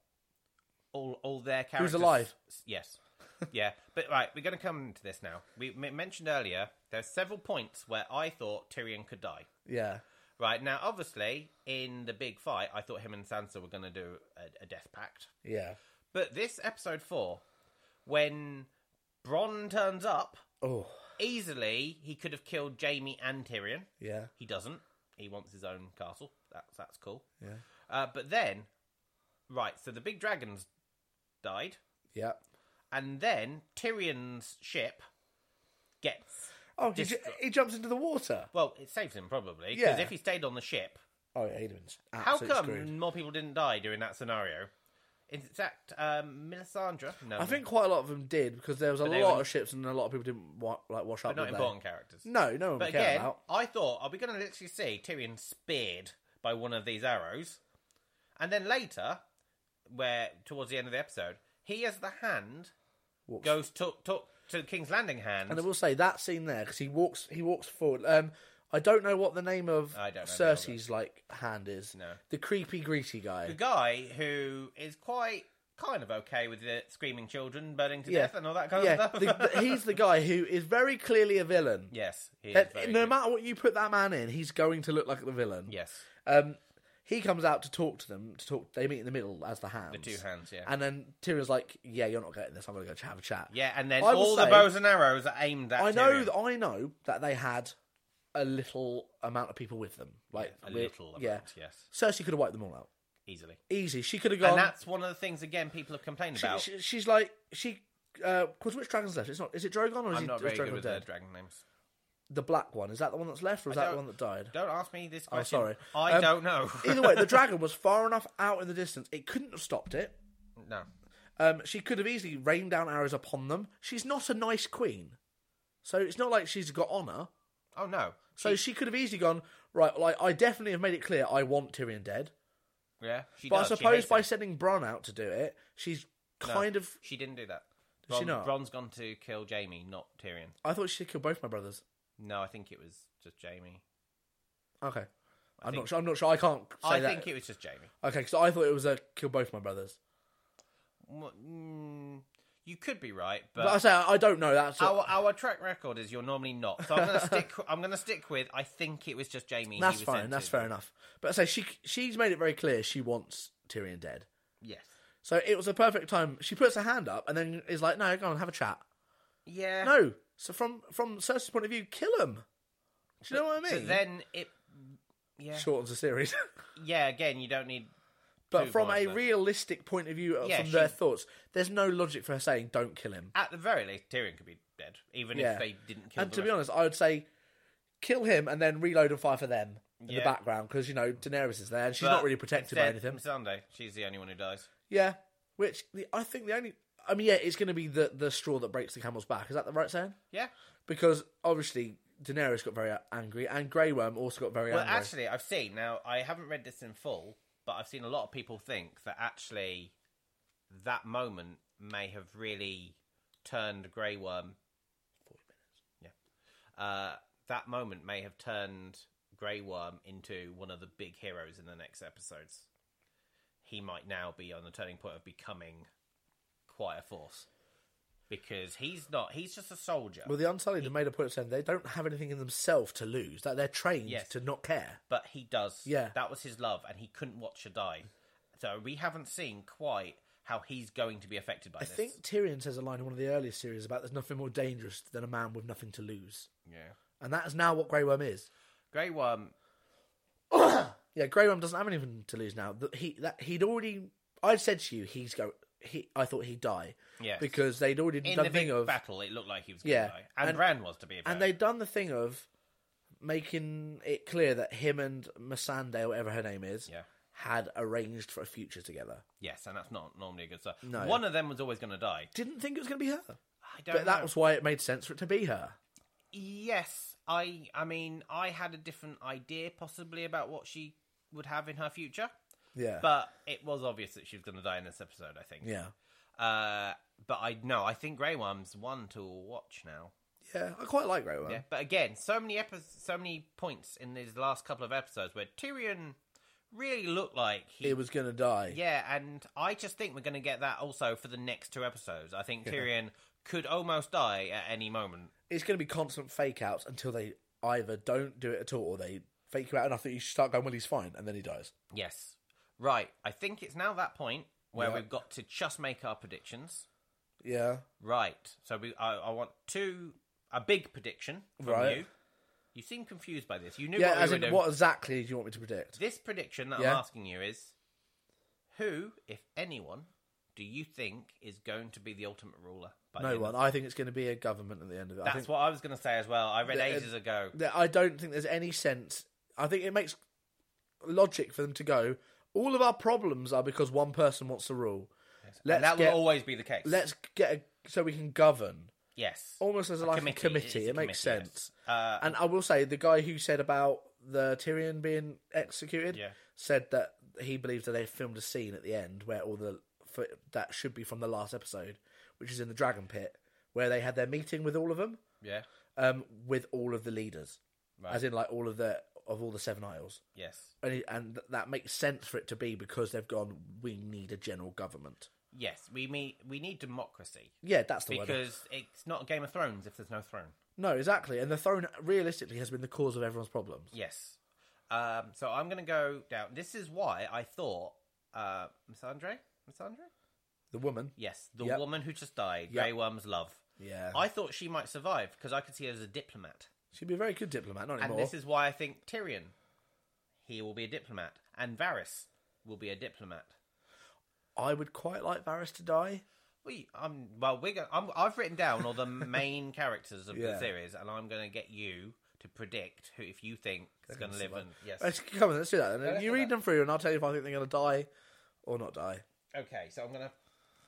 Speaker 2: All all their characters.
Speaker 1: alive?
Speaker 2: Yes. yeah, but right, we're going to come to this now. We m- mentioned earlier there's several points where I thought Tyrion could die.
Speaker 1: yeah,
Speaker 2: Right now, obviously, in the big fight, I thought him and Sansa were going to do a, a death pact.
Speaker 1: yeah.
Speaker 2: But this episode four, when Bronn turns up,
Speaker 1: Oh,
Speaker 2: easily he could have killed Jamie and Tyrion.
Speaker 1: yeah,
Speaker 2: He doesn't. He wants his own castle. That's that's cool.
Speaker 1: yeah,
Speaker 2: Uh, but then, right? So the big dragons died,
Speaker 1: yeah.
Speaker 2: and then Tyrion's ship gets.
Speaker 1: Oh, he, ju-
Speaker 2: Destro-
Speaker 1: he jumps into the water.
Speaker 2: Well, it saves him probably because
Speaker 1: Yeah.
Speaker 2: if he stayed on the ship,
Speaker 1: Oh, yeah, he'd have been
Speaker 2: how
Speaker 1: absolutely
Speaker 2: come
Speaker 1: screwed.
Speaker 2: more people didn't die during that scenario? In fact, um, Melisandre. No,
Speaker 1: I think quite a lot of them did because there was a
Speaker 2: they
Speaker 1: lot
Speaker 2: were-
Speaker 1: of ships and a lot of people didn't wa- like wash up.
Speaker 2: not
Speaker 1: did they?
Speaker 2: important characters.
Speaker 1: No, no one
Speaker 2: But
Speaker 1: would care
Speaker 2: again,
Speaker 1: about.
Speaker 2: I thought, are we going to literally see Tyrion speared by one of these arrows? And then later, where towards the end of the episode, he has the hand
Speaker 1: Walks-
Speaker 2: goes to to, to King's Landing hand.
Speaker 1: And I will say that scene there because he walks, he walks forward. Um, I don't know what the name of
Speaker 2: I don't know the
Speaker 1: Cersei's like hand is.
Speaker 2: No.
Speaker 1: the creepy greasy guy.
Speaker 2: the guy who is quite kind of okay with the screaming children burning to
Speaker 1: Yeah.
Speaker 2: death and all that kind
Speaker 1: yeah,
Speaker 2: of stuff.
Speaker 1: the, the- he's the guy who is very clearly a villain.
Speaker 2: yes, he is
Speaker 1: And
Speaker 2: very
Speaker 1: no
Speaker 2: good.
Speaker 1: matter what you put that man in, he's going to look like the villain.
Speaker 2: yes,
Speaker 1: Um, he comes out to talk to them. To talk, they meet in the middle as the hands.
Speaker 2: the two hands. Yeah,
Speaker 1: And then Tyrion's like, "Yeah, you're not getting this. I'm going to go have a chat."
Speaker 2: yeah, and then
Speaker 1: I will
Speaker 2: all the
Speaker 1: say-
Speaker 2: bows and arrows are aimed at.
Speaker 1: I know,
Speaker 2: Tyrion.
Speaker 1: that I know that they had a little amount of people with them, like
Speaker 2: a
Speaker 1: we-
Speaker 2: little amount.
Speaker 1: Yeah,
Speaker 2: Yes,
Speaker 1: Cersei could have wiped them all out
Speaker 2: easily.
Speaker 1: easy. She could have
Speaker 2: And
Speaker 1: gone.
Speaker 2: that's one of the things again people have complained about.
Speaker 1: she, she- she's like she. Because which dragon's left? It's not. Is it Drogon or is,
Speaker 2: I'm
Speaker 1: he,
Speaker 2: not
Speaker 1: is
Speaker 2: very good
Speaker 1: Drogon
Speaker 2: with
Speaker 1: dead?
Speaker 2: the dragon names.
Speaker 1: The black one is that the one that's left, or is
Speaker 2: I
Speaker 1: that the
Speaker 2: don't-
Speaker 1: one that died?
Speaker 2: Don't ask me this question.
Speaker 1: Oh, sorry.
Speaker 2: I
Speaker 1: Um,
Speaker 2: don't know.
Speaker 1: Either way, the dragon was far enough out in the distance; it couldn't have stopped it.
Speaker 2: no.
Speaker 1: Um, she could have easily rained down arrows upon them. She's not a nice queen, so it's not like she's got honor.
Speaker 2: Oh no.
Speaker 1: So she could have easily gone right. Like I definitely have made it clear I want Tyrion dead.
Speaker 2: Yeah. She
Speaker 1: But
Speaker 2: does.
Speaker 1: I
Speaker 2: she
Speaker 1: suppose
Speaker 2: hates
Speaker 1: by
Speaker 2: him.
Speaker 1: sending Bronn out to do it, she's kind of.
Speaker 2: she didn't do that.
Speaker 1: Did she not?
Speaker 2: Bron's gone to kill Jamie, not Tyrion.
Speaker 1: I thought she killed both my brothers.
Speaker 2: No, I think it was just Jamie.
Speaker 1: Okay, I'm
Speaker 2: think-
Speaker 1: not sure. I'm not sure. I can't say
Speaker 2: I
Speaker 1: that.
Speaker 2: think it was just Jamie.
Speaker 1: Okay, because I thought it was a kill both my brothers.
Speaker 2: Mm, you could be right,
Speaker 1: But I
Speaker 2: but,
Speaker 1: say I don't know. That's
Speaker 2: our our track record is you're normally not. So I'm gonna stick. I'm gonna stick with. I think it was just Jamie. he
Speaker 1: that's
Speaker 2: was
Speaker 1: fine.
Speaker 2: sent
Speaker 1: That's
Speaker 2: to.
Speaker 1: fair enough. But I say she she's made it very clear she wants Tyrion dead.
Speaker 2: Yes.
Speaker 1: So it was a perfect time. She puts her hand up and then is like, "No, go on, have a chat."
Speaker 2: Yeah.
Speaker 1: No. So from from Cersei's point of view, kill him. Do you know what I mean?
Speaker 2: But then it. Yeah.
Speaker 1: Shortens the series.
Speaker 2: Yeah. Again, you don't need.
Speaker 1: but
Speaker 2: Two
Speaker 1: from
Speaker 2: points
Speaker 1: a
Speaker 2: there.
Speaker 1: realistic point of view, uh,
Speaker 2: Yeah,
Speaker 1: from
Speaker 2: she-
Speaker 1: their thoughts, there's no logic for her saying, "Don't kill him."
Speaker 2: At the very least, Tyrion could be dead, even
Speaker 1: Yeah.
Speaker 2: if they didn't kill.
Speaker 1: and
Speaker 2: the
Speaker 1: to
Speaker 2: rest
Speaker 1: be honest, I would say kill him and then reload and fire for them in
Speaker 2: Yeah.
Speaker 1: the background because you know Daenerys is there and she's
Speaker 2: But
Speaker 1: not really protected by
Speaker 2: instead,
Speaker 1: anything.
Speaker 2: Sunday, she's the only one who dies.
Speaker 1: Yeah, Which the, I think the only, I mean, yeah, it's going to be the the straw that breaks the camel's back. Is that the right saying?
Speaker 2: Yeah.
Speaker 1: Because obviously Daenerys got very angry, and Grey Worm also got very
Speaker 2: Well,
Speaker 1: angry.
Speaker 2: actually, I've seen now. I haven't read this in full, but I've seen a lot of people think that actually that moment may have really turned Grey Worm. Yeah, uh, that moment may have turned Grey Worm into one of the big heroes in the next episodes. He might now be on the turning point of becoming quite a force because he's not. He's just a soldier.
Speaker 1: well, the Unsullied have made a point of saying they don't have anything in themselves to lose. That they're trained
Speaker 2: Yes.
Speaker 1: to not care.
Speaker 2: but he does.
Speaker 1: Yeah.
Speaker 2: that was his love, and he couldn't watch her die. So we haven't seen quite how he's going to be affected by
Speaker 1: I
Speaker 2: this.
Speaker 1: think Tyrion says a line in one of the earlier series about there's nothing more dangerous than a man with nothing to lose,
Speaker 2: Yeah,
Speaker 1: and that is now what Grey Worm is.
Speaker 2: Grey Worm.
Speaker 1: Yeah, Grey Worm doesn't have anything to lose now. That he that he'd already. I said to you, he's go. He, I thought he'd die.
Speaker 2: Yes.
Speaker 1: Because they'd already
Speaker 2: In
Speaker 1: done
Speaker 2: the
Speaker 1: thing
Speaker 2: big
Speaker 1: of,
Speaker 2: battle, it looked like he was going
Speaker 1: Yeah,
Speaker 2: to die, and,
Speaker 1: and-
Speaker 2: Bran was to be. A
Speaker 1: and they'd done the thing of making it clear that him and Masande, whatever her name is,
Speaker 2: Yeah.
Speaker 1: had arranged for a future together.
Speaker 2: yes, and that's not normally a good sign.
Speaker 1: No.
Speaker 2: One of them was always going to die.
Speaker 1: Didn't think it was going to be her,
Speaker 2: I don't
Speaker 1: but that
Speaker 2: know.
Speaker 1: was why it made sense for it to be her.
Speaker 2: yes. I I mean I had a different idea possibly about what she would have in her future,
Speaker 1: Yeah,
Speaker 2: but it was obvious that she was going to die in this episode. I think.
Speaker 1: yeah,
Speaker 2: Uh, but I no, I think Grey Worm's one to watch now.
Speaker 1: yeah. I quite like Grey Worm.
Speaker 2: Yeah, but again, so many epi- so many points in these last couple of episodes where Tyrion really looked like he.
Speaker 1: He was going to die.
Speaker 2: yeah, and I just think we're going to get that also for the next two episodes. I think Tyrion could almost die at any moment.
Speaker 1: It's going to be constant fake outs until they either don't do it at all or they fake you out enough that you start going, "Well, he's fine," and then he dies.
Speaker 2: Yes, right. I think it's now that point where
Speaker 1: Yeah.
Speaker 2: we've got to just make our predictions.
Speaker 1: Yeah,
Speaker 2: Right. So we, I, I want two a big prediction from
Speaker 1: Right.
Speaker 2: you. You seem confused by this. You knew
Speaker 1: yeah.
Speaker 2: what we
Speaker 1: As
Speaker 2: were
Speaker 1: in,
Speaker 2: doing.
Speaker 1: what exactly do you want me to predict?
Speaker 2: This prediction that
Speaker 1: Yeah.
Speaker 2: I'm asking you is who, if anyone, do you think is going to be the ultimate ruler? By the
Speaker 1: No
Speaker 2: end
Speaker 1: one.
Speaker 2: of-
Speaker 1: I think it's going to be a government at the end of it. I
Speaker 2: That's
Speaker 1: think
Speaker 2: what I was going to say as well. I read
Speaker 1: The-
Speaker 2: ages ago.
Speaker 1: that I don't think there's any sense. I think it makes logic for them to go. All of our problems are because one person wants to rule.
Speaker 2: and that
Speaker 1: get-
Speaker 2: will always be the case.
Speaker 1: Let's get a, so we can govern.
Speaker 2: yes.
Speaker 1: Almost as a, like
Speaker 2: committee.
Speaker 1: a committee.
Speaker 2: It's
Speaker 1: It
Speaker 2: a
Speaker 1: makes
Speaker 2: committee,
Speaker 1: sense.
Speaker 2: yes. Uh,
Speaker 1: And I will say the guy who said about the Tyrion being executed
Speaker 2: Yeah.
Speaker 1: said that he believes that they filmed a scene at the end where all the fo- that should be from the last episode, which is in the dragon pit, where they had their meeting with all of them,
Speaker 2: yeah.
Speaker 1: um, with all of the leaders,
Speaker 2: Right.
Speaker 1: as in like all of the of all the Seven Isles.
Speaker 2: Yes.
Speaker 1: and, it, and th- that makes sense for it to be because they've gone. We need a general government.
Speaker 2: Yes. We mean we need democracy
Speaker 1: Yeah, that's the word.
Speaker 2: because it's not Game of Thrones if there's no throne.
Speaker 1: No, exactly. And the throne realistically has been the cause of everyone's problems.
Speaker 2: Yes. Um, so I'm going to go down. This is why I thought uh, Miss Andre. Miss Andre.
Speaker 1: The woman.
Speaker 2: Yes, the
Speaker 1: Yep.
Speaker 2: woman who just died,
Speaker 1: Yep.
Speaker 2: Grey Worm's love.
Speaker 1: Yeah,
Speaker 2: I thought she might survive because I could see her as a diplomat.
Speaker 1: she'd be a very good diplomat. Not
Speaker 2: And
Speaker 1: anymore.
Speaker 2: this is why I think Tyrion, he will be a diplomat, and Varys will be a diplomat.
Speaker 1: I would quite like Varys to die.
Speaker 2: We, I'm well. We're going. I'm, I've written down all the main characters of the
Speaker 1: Yeah.
Speaker 2: series, and I'm going to get you to predict who, if you think, is going to live. And yes.
Speaker 1: Let's come on. Let's do that. Then.
Speaker 2: let's
Speaker 1: you
Speaker 2: do
Speaker 1: read
Speaker 2: that.
Speaker 1: them through, and I'll tell you if I think they're going to die or not die.
Speaker 2: Okay, so I'm gonna,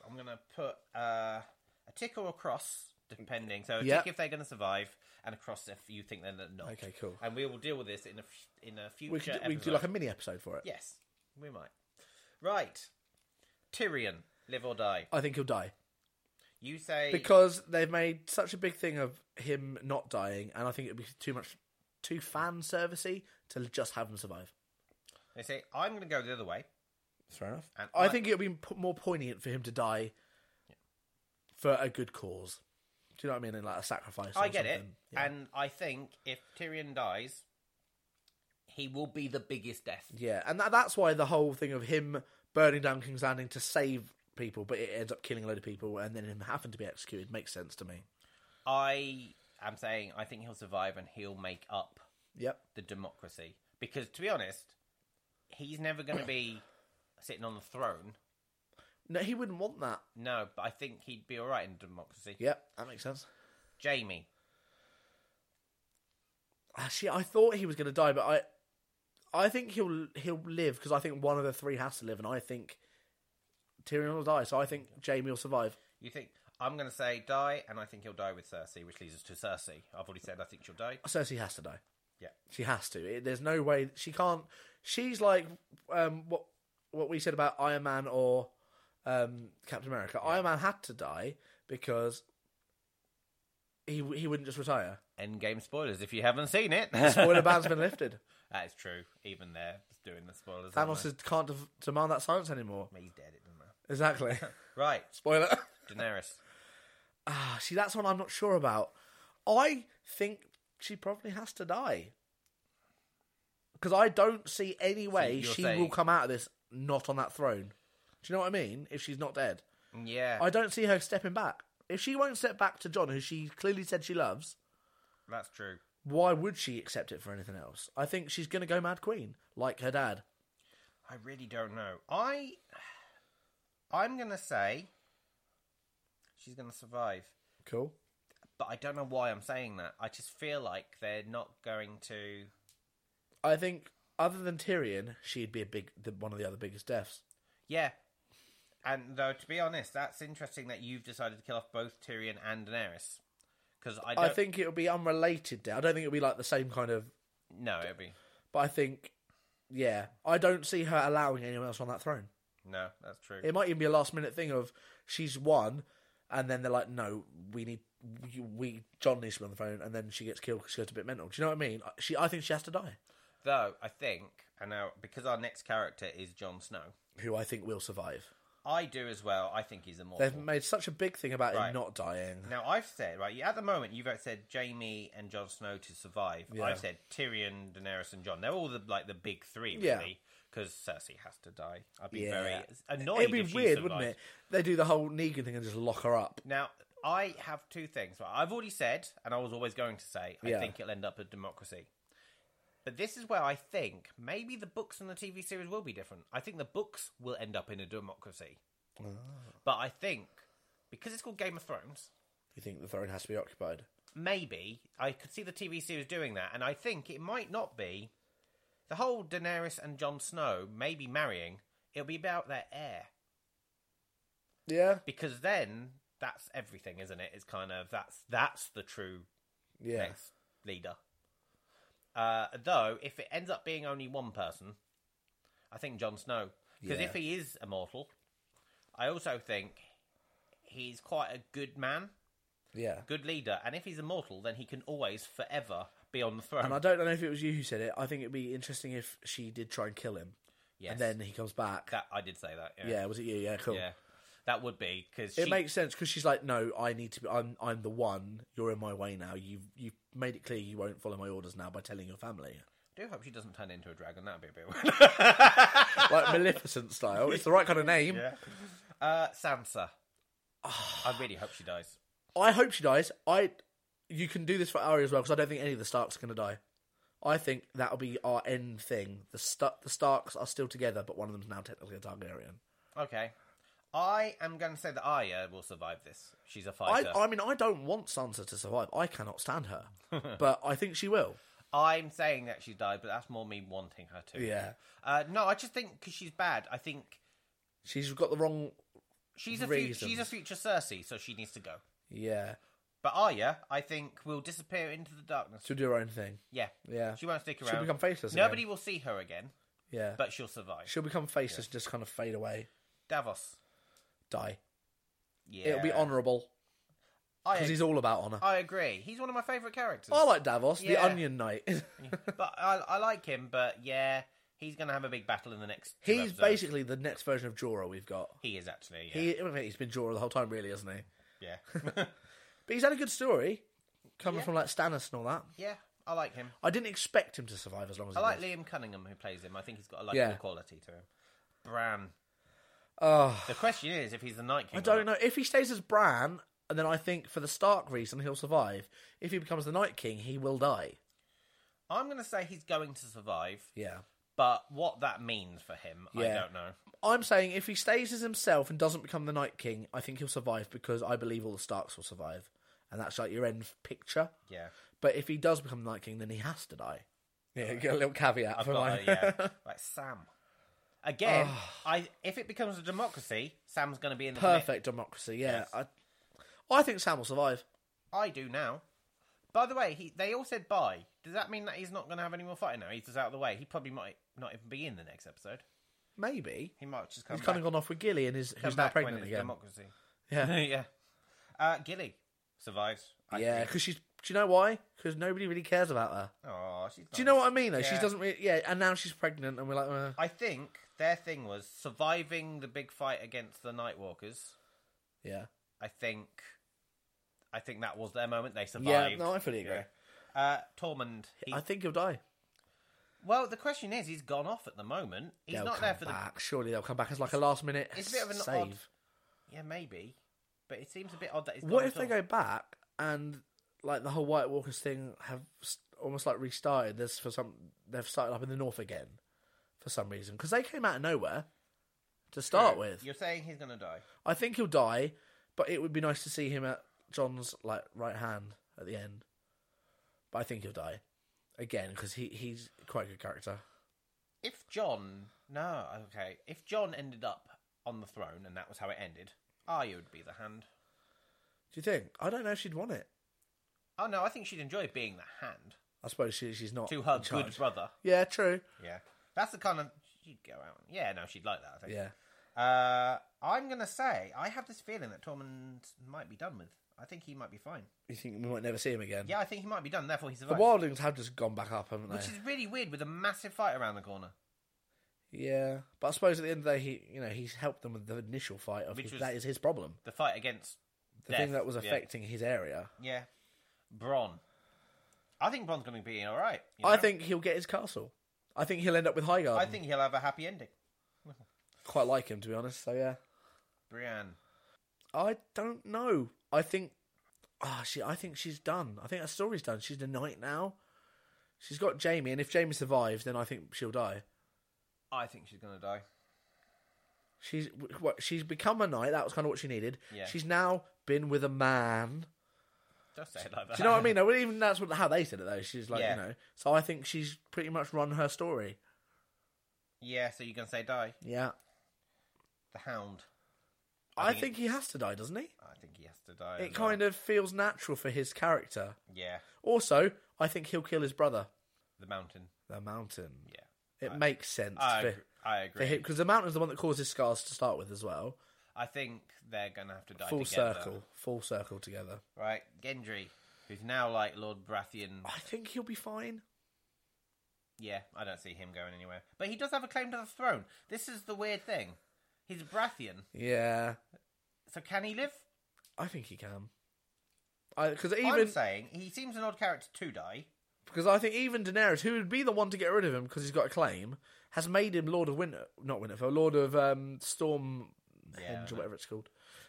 Speaker 2: I'm gonna put uh, a tick or a cross, depending. So a
Speaker 1: Yep.
Speaker 2: tick if they're going to survive, and a cross if you think they're not.
Speaker 1: Okay, cool.
Speaker 2: And we will deal with this in a f- in a future.
Speaker 1: We could,
Speaker 2: episode.
Speaker 1: we could do like a mini episode for it.
Speaker 2: Yes, we might. Right, Tyrion, live or die.
Speaker 1: I think he'll die
Speaker 2: You say
Speaker 1: because they've made such a big thing of him not dying, and I think it would be too much, too fan servicey to just have him survive.
Speaker 2: they say I'm going to go the other way.
Speaker 1: Fair enough.
Speaker 2: And
Speaker 1: I
Speaker 2: I-
Speaker 1: think it would be p- more poignant for him to die for a good cause. Do you know what I mean? In like a sacrifice.
Speaker 2: I
Speaker 1: or
Speaker 2: get it,
Speaker 1: something. Yeah.
Speaker 2: and I think if Tyrion dies, he will be the biggest death.
Speaker 1: yeah, and that, that's why the whole thing of him burning down King's Landing to save people, but it ends up killing a load of people, and then him having to be executed makes sense to me.
Speaker 2: I am saying I think he'll survive, and he'll make up
Speaker 1: Yep.
Speaker 2: the democracy because to be honest he's never going to be sitting on the throne
Speaker 1: No, he wouldn't want that.
Speaker 2: no but i think he'd be all right in democracy
Speaker 1: Yep, that makes sense.
Speaker 2: jamie
Speaker 1: Actually, Ah, I thought he was going to die, but I, I think he'll he'll live because I think one of the three has to live, and I think Tyrion will die, so I think Jamie will survive.
Speaker 2: You think I'm going to say die, and I think he'll die with Cersei, which leads us to Cersei. I've already said I think she'll die.
Speaker 1: Cersei has to die.
Speaker 2: Yeah.
Speaker 1: She has to. It, there's no way she can't. She's like um, what what we said about Iron Man or um, Captain America. Iron Man had to die because he he wouldn't just retire.
Speaker 2: Endgame spoilers if you haven't seen it.
Speaker 1: Spoiler ban's been lifted.
Speaker 2: That is true. Even they're doing the spoilers. aren't
Speaker 1: Thanos
Speaker 2: they?
Speaker 1: is, can't de- demand that silence anymore.
Speaker 2: He's dead. It doesn't matter.
Speaker 1: Exactly.
Speaker 2: Right,
Speaker 1: Spoiler.
Speaker 2: Daenerys.
Speaker 1: Ah, see, that's one I'm not sure about. I think she probably has to die because I don't see any way
Speaker 2: you're
Speaker 1: she
Speaker 2: saying-
Speaker 1: will come out of this not on that throne. Do you know what I mean? If she's not dead,
Speaker 2: Mm, Yeah,
Speaker 1: I don't see her stepping back. If she won't step back to John, who she clearly said she loves,
Speaker 2: that's true.
Speaker 1: why would she accept it for anything else? I think she's going to go Mad Queen like her dad.
Speaker 2: I really don't know. I, I'm gonna say she's gonna survive,
Speaker 1: Cool.
Speaker 2: but I don't know why I'm saying that. I just feel like they're not going to.
Speaker 1: I think other than Tyrion, she'd be a big the, one of the other biggest deaths.
Speaker 2: Yeah. And though, to be honest, that's interesting that you've decided to kill off both Tyrion and Daenerys. Because I don't
Speaker 1: I think it'll be unrelated. death. I don't think it'll be like the same kind of
Speaker 2: no, it'd be
Speaker 1: But I think, yeah, I don't see her allowing anyone else on that throne.
Speaker 2: no. That's true.
Speaker 1: It might even be a last minute thing of she's won, and then they're like, no, we need we, we John needs to be on the throne, and then she gets killed because she goes a bit mental. Do you know what I mean? She, I think she has to die.
Speaker 2: Though I think, and now because our next character is Jon Snow,
Speaker 1: Who I think will survive.
Speaker 2: I do as well. I think he's immortal.
Speaker 1: They've made such a big thing about
Speaker 2: Right.
Speaker 1: him not dying.
Speaker 2: Now I've said right at the moment you've said Jamie and Jon Snow to survive. I've said Tyrion, Daenerys, and John. They're all the like the big three,
Speaker 1: Yeah.
Speaker 2: really. Because Cersei has to die. I'd be very
Speaker 1: Yeah.
Speaker 2: annoyed.
Speaker 1: It'd
Speaker 2: if
Speaker 1: be
Speaker 2: she
Speaker 1: weird, wouldn't
Speaker 2: survived.
Speaker 1: it? They do the whole Negan thing and just lock her up.
Speaker 2: Now, I have two things. Well, I've already said, and I was always going to say, I
Speaker 1: Yeah.
Speaker 2: think it'll end up a democracy. But this is where I think maybe the books and the TV series will be different. I think the books will end up in a democracy.
Speaker 1: Oh.
Speaker 2: But I think because it's called Game of Thrones,
Speaker 1: You think the throne has to be occupied?
Speaker 2: maybe I could see the TV series doing that, and I think it might not be the whole Daenerys and Jon Snow maybe marrying. It'll be about their heir
Speaker 1: Yeah,
Speaker 2: because then that's everything, isn't it? It's kind of that's that's the true
Speaker 1: yeah.
Speaker 2: next leader. Uh, though, if it ends up being only one person, I think Jon Snow. Because
Speaker 1: Yeah.
Speaker 2: if he is immortal, I also think he's quite a good man,
Speaker 1: Yeah.
Speaker 2: good leader. And if he's immortal, then he can always, forever, be on the throne.
Speaker 1: And I don't know if it was you who said it. I think it'd be interesting if she did try and kill him.
Speaker 2: yes,
Speaker 1: and then he comes back.
Speaker 2: that I did say that. Yeah,
Speaker 1: yeah, was it you? Yeah, cool.
Speaker 2: Yeah. that would be because
Speaker 1: It
Speaker 2: she,
Speaker 1: makes sense because she's like, no, I need to be. I'm, I'm the one. You're in my way now. You've, you've made it clear you won't follow my orders now by telling your family,
Speaker 2: I do hope she doesn't turn into a dragon. That'd be a bit weird.
Speaker 1: like Maleficent style. It's the right kind of name.
Speaker 2: yeah. uh, Sansa.
Speaker 1: Ah.
Speaker 2: I really hope she dies.
Speaker 1: I hope she dies. I, you can do this for Arya as well because I don't think any of the Starks are going to die. I think that'll be our end thing. The Sta- the Starks are still together, but one of them's now technically a Targaryen.
Speaker 2: Okay. I am going to say that Arya will survive this. She's a
Speaker 1: I,
Speaker 2: fighter.
Speaker 1: I mean, I don't want Sansa to survive. I cannot stand her, but I think she will.
Speaker 2: I... am saying that she died, but that's more me wanting her to.
Speaker 1: Yeah.
Speaker 2: Uh, no, I just think because she's bad. I think
Speaker 1: She's got the wrong.
Speaker 2: she's a fu- she's a
Speaker 1: Reasons.
Speaker 2: future Cersei, so she needs to go.
Speaker 1: Yeah,
Speaker 2: But Arya, I think, will disappear into the darkness.
Speaker 1: to do her own thing.
Speaker 2: Yeah.
Speaker 1: Yeah,
Speaker 2: She won't stick around.
Speaker 1: She'll become faceless.
Speaker 2: Nobody
Speaker 1: again.
Speaker 2: will see her again,
Speaker 1: Yeah,
Speaker 2: but she'll survive.
Speaker 1: she'll become faceless. and Just kind of fade away,
Speaker 2: Davos.
Speaker 1: die.
Speaker 2: Yeah.
Speaker 1: It'll be honourable
Speaker 2: I,
Speaker 1: because he's all about honour. I,
Speaker 2: I agree. He's one of my favourite characters.
Speaker 1: like Davos,
Speaker 2: Yeah.
Speaker 1: the Onion Knight.
Speaker 2: but I, I like him, but yeah, he's going to have a big battle in the next. two
Speaker 1: he's
Speaker 2: episodes.
Speaker 1: basically the next version of Jorah we've got.
Speaker 2: He is actually. Yeah.
Speaker 1: He, I mean, he's been Jorah the whole time, really, hasn't he?
Speaker 2: Yeah.
Speaker 1: But he's had a good story, coming from like Stannis and all that.
Speaker 2: yeah, I like him.
Speaker 1: I didn't expect him to survive as long as
Speaker 2: I
Speaker 1: he
Speaker 2: like
Speaker 1: did.
Speaker 2: Liam Cunningham who plays him. I think he's got a likable
Speaker 1: Yeah.
Speaker 2: quality to him. Bran.
Speaker 1: Ugh.
Speaker 2: The question is if he's the Night King.
Speaker 1: Ah, I don't know if he stays as Bran, and then I think for the Stark reason he'll survive. If he becomes the Night King, he will die.
Speaker 2: I'm going to say he's going to survive,
Speaker 1: Yeah.
Speaker 2: but what that means for him, I
Speaker 1: Yeah.
Speaker 2: don't know.
Speaker 1: I'm saying if he stays as himself and doesn't become the Night King, I think he'll survive because I believe all the Starks will survive, and that's like your end picture.
Speaker 2: Yeah.
Speaker 1: But if he does become the Night King, then he has to die. Yeah, get a little caveat for
Speaker 2: But, uh,
Speaker 1: mine.
Speaker 2: yeah. Like Sam. Again, I if it becomes a democracy, Sam's going to be in the commit.
Speaker 1: Perfect democracy. Yeah, I, I think Sam will survive.
Speaker 2: I do now. By the way, he, they all said bye. Does that mean that he's not going to have any more fighting now? He's just out of the way. He probably might not even be in the next episode.
Speaker 1: Maybe
Speaker 2: He might just come
Speaker 1: he's
Speaker 2: back.
Speaker 1: coming on off with Gilly and is
Speaker 2: come
Speaker 1: who's now
Speaker 2: back when
Speaker 1: pregnant
Speaker 2: it's
Speaker 1: again.
Speaker 2: Democracy.
Speaker 1: yeah,
Speaker 2: yeah. Uh, Gilly survives. I
Speaker 1: yeah. Because she's. Do you know why? Because nobody really cares about her.
Speaker 2: Oh, she's.
Speaker 1: Do you know what I mean? Though she
Speaker 2: Yeah.
Speaker 1: doesn't. Really, yeah, and now she's pregnant, and we're like, uh,
Speaker 2: I think their thing was surviving the big fight against the Nightwalkers.
Speaker 1: yeah,
Speaker 2: I think. I think that was their moment. They
Speaker 1: yeah.
Speaker 2: survived.
Speaker 1: No, I fully agree.
Speaker 2: Yeah. Uh, Tormund. He,
Speaker 1: I think he'll die.
Speaker 2: well, the question is, he's gone off at the moment. He's
Speaker 1: They'll
Speaker 2: not there
Speaker 1: come
Speaker 2: for
Speaker 1: back. Surely they'll come back as like a last minute
Speaker 2: It's a bit of an odd-
Speaker 1: save.
Speaker 2: the. Yeah, maybe. But it seems a bit odd that he's.
Speaker 1: What
Speaker 2: gone
Speaker 1: if
Speaker 2: at
Speaker 1: they
Speaker 2: all.
Speaker 1: go back and like the whole White Walkers thing have s- almost like restarted? There's for some they've started up in the north again for some reason because they came out of nowhere to start with.
Speaker 2: You're saying he's going to die.
Speaker 1: I think he'll die, but it would be nice to see him at John's like right hand at the end. But I think he'll die again because he he's quite a good character.
Speaker 2: If John. No, okay. If John ended up on the throne and that was how it ended, Arya would be the hand.
Speaker 1: Do you think? I don't know if she'd want it.
Speaker 2: Oh, no, I think she'd enjoy being the hand
Speaker 1: I suppose she, she's not
Speaker 2: to her
Speaker 1: in charge.
Speaker 2: good brother.
Speaker 1: Yeah, true.
Speaker 2: Yeah. That's the kind of. She'd go out. and- Yeah, no, she'd like that, I think.
Speaker 1: Yeah.
Speaker 2: Uh, I'm going to say, I have this feeling that Tormund might be done with. I think he might be fine.
Speaker 1: You think we might never see him again?
Speaker 2: Yeah, I think he might be done. Therefore, he
Speaker 1: The
Speaker 2: survives.
Speaker 1: Wildlings have just gone back up, haven't they?
Speaker 2: Which is really weird with a massive fight around the corner.
Speaker 1: Yeah, but I suppose at the end of the day, he you know he's helped them with the initial fight of
Speaker 2: Which
Speaker 1: his,
Speaker 2: was-
Speaker 1: that is his problem,
Speaker 2: The fight against
Speaker 1: the
Speaker 2: death,
Speaker 1: thing that was
Speaker 2: yeah.
Speaker 1: affecting his area.
Speaker 2: Yeah. Bron. I think Bron's going to be all right. you
Speaker 1: I
Speaker 2: know?
Speaker 1: think he'll get his castle. I think he'll end up with Highgarden.
Speaker 2: I think he'll have a happy ending.
Speaker 1: quite like him to be honest. So yeah,
Speaker 2: Brienne.
Speaker 1: I don't know. I think ah she. I think she's done. I think her story's done. She's the knight now. She's got Jamie, and if Jamie survives, then I think she'll die.
Speaker 2: I think she's going to die.
Speaker 1: She's w- what she's become a knight. That was kind of what she needed.
Speaker 2: Yeah.
Speaker 1: She's now been with a man.
Speaker 2: Just say it like that.
Speaker 1: Do you know what I mean? I wouldn't even that's what how they said it though. She's like,
Speaker 2: Yeah.
Speaker 1: you know. So I think she's pretty much run her story.
Speaker 2: Yeah, so you're going to say die.
Speaker 1: Yeah.
Speaker 2: The Hound.
Speaker 1: I,
Speaker 2: think
Speaker 1: think, he has to die, doesn't he?
Speaker 2: I think he has to die.
Speaker 1: It kind of feels natural for his character.
Speaker 2: Yeah.
Speaker 1: Also, I think he'll kill his brother,
Speaker 2: The Mountain.
Speaker 1: the mountain.
Speaker 2: Yeah.
Speaker 1: It makes sense
Speaker 2: I,
Speaker 1: for,
Speaker 2: agr- I
Speaker 1: for
Speaker 2: agree.
Speaker 1: him because the mountain's the one that causes scars to start with as well.
Speaker 2: I think they're going to have to die
Speaker 1: Full
Speaker 2: together.
Speaker 1: circle, full circle together.
Speaker 2: Right, Gendry, who's now like Lord Baratheon.
Speaker 1: I think he'll be fine.
Speaker 2: Yeah, I don't see him going anywhere. But he does have a claim to the throne. This is the weird thing. He's a Baratheon.
Speaker 1: Yeah,
Speaker 2: So can he live?
Speaker 1: I think he can. Because
Speaker 2: I'm
Speaker 1: even
Speaker 2: saying he seems an odd character to die.
Speaker 1: Because I think even Daenerys, who would be the one to get rid of him because he's got a claim, has made him Lord of Winter, not Winterfell, Lord of um, Stormhenge
Speaker 2: Yeah, I
Speaker 1: or
Speaker 2: know.
Speaker 1: whatever it's called,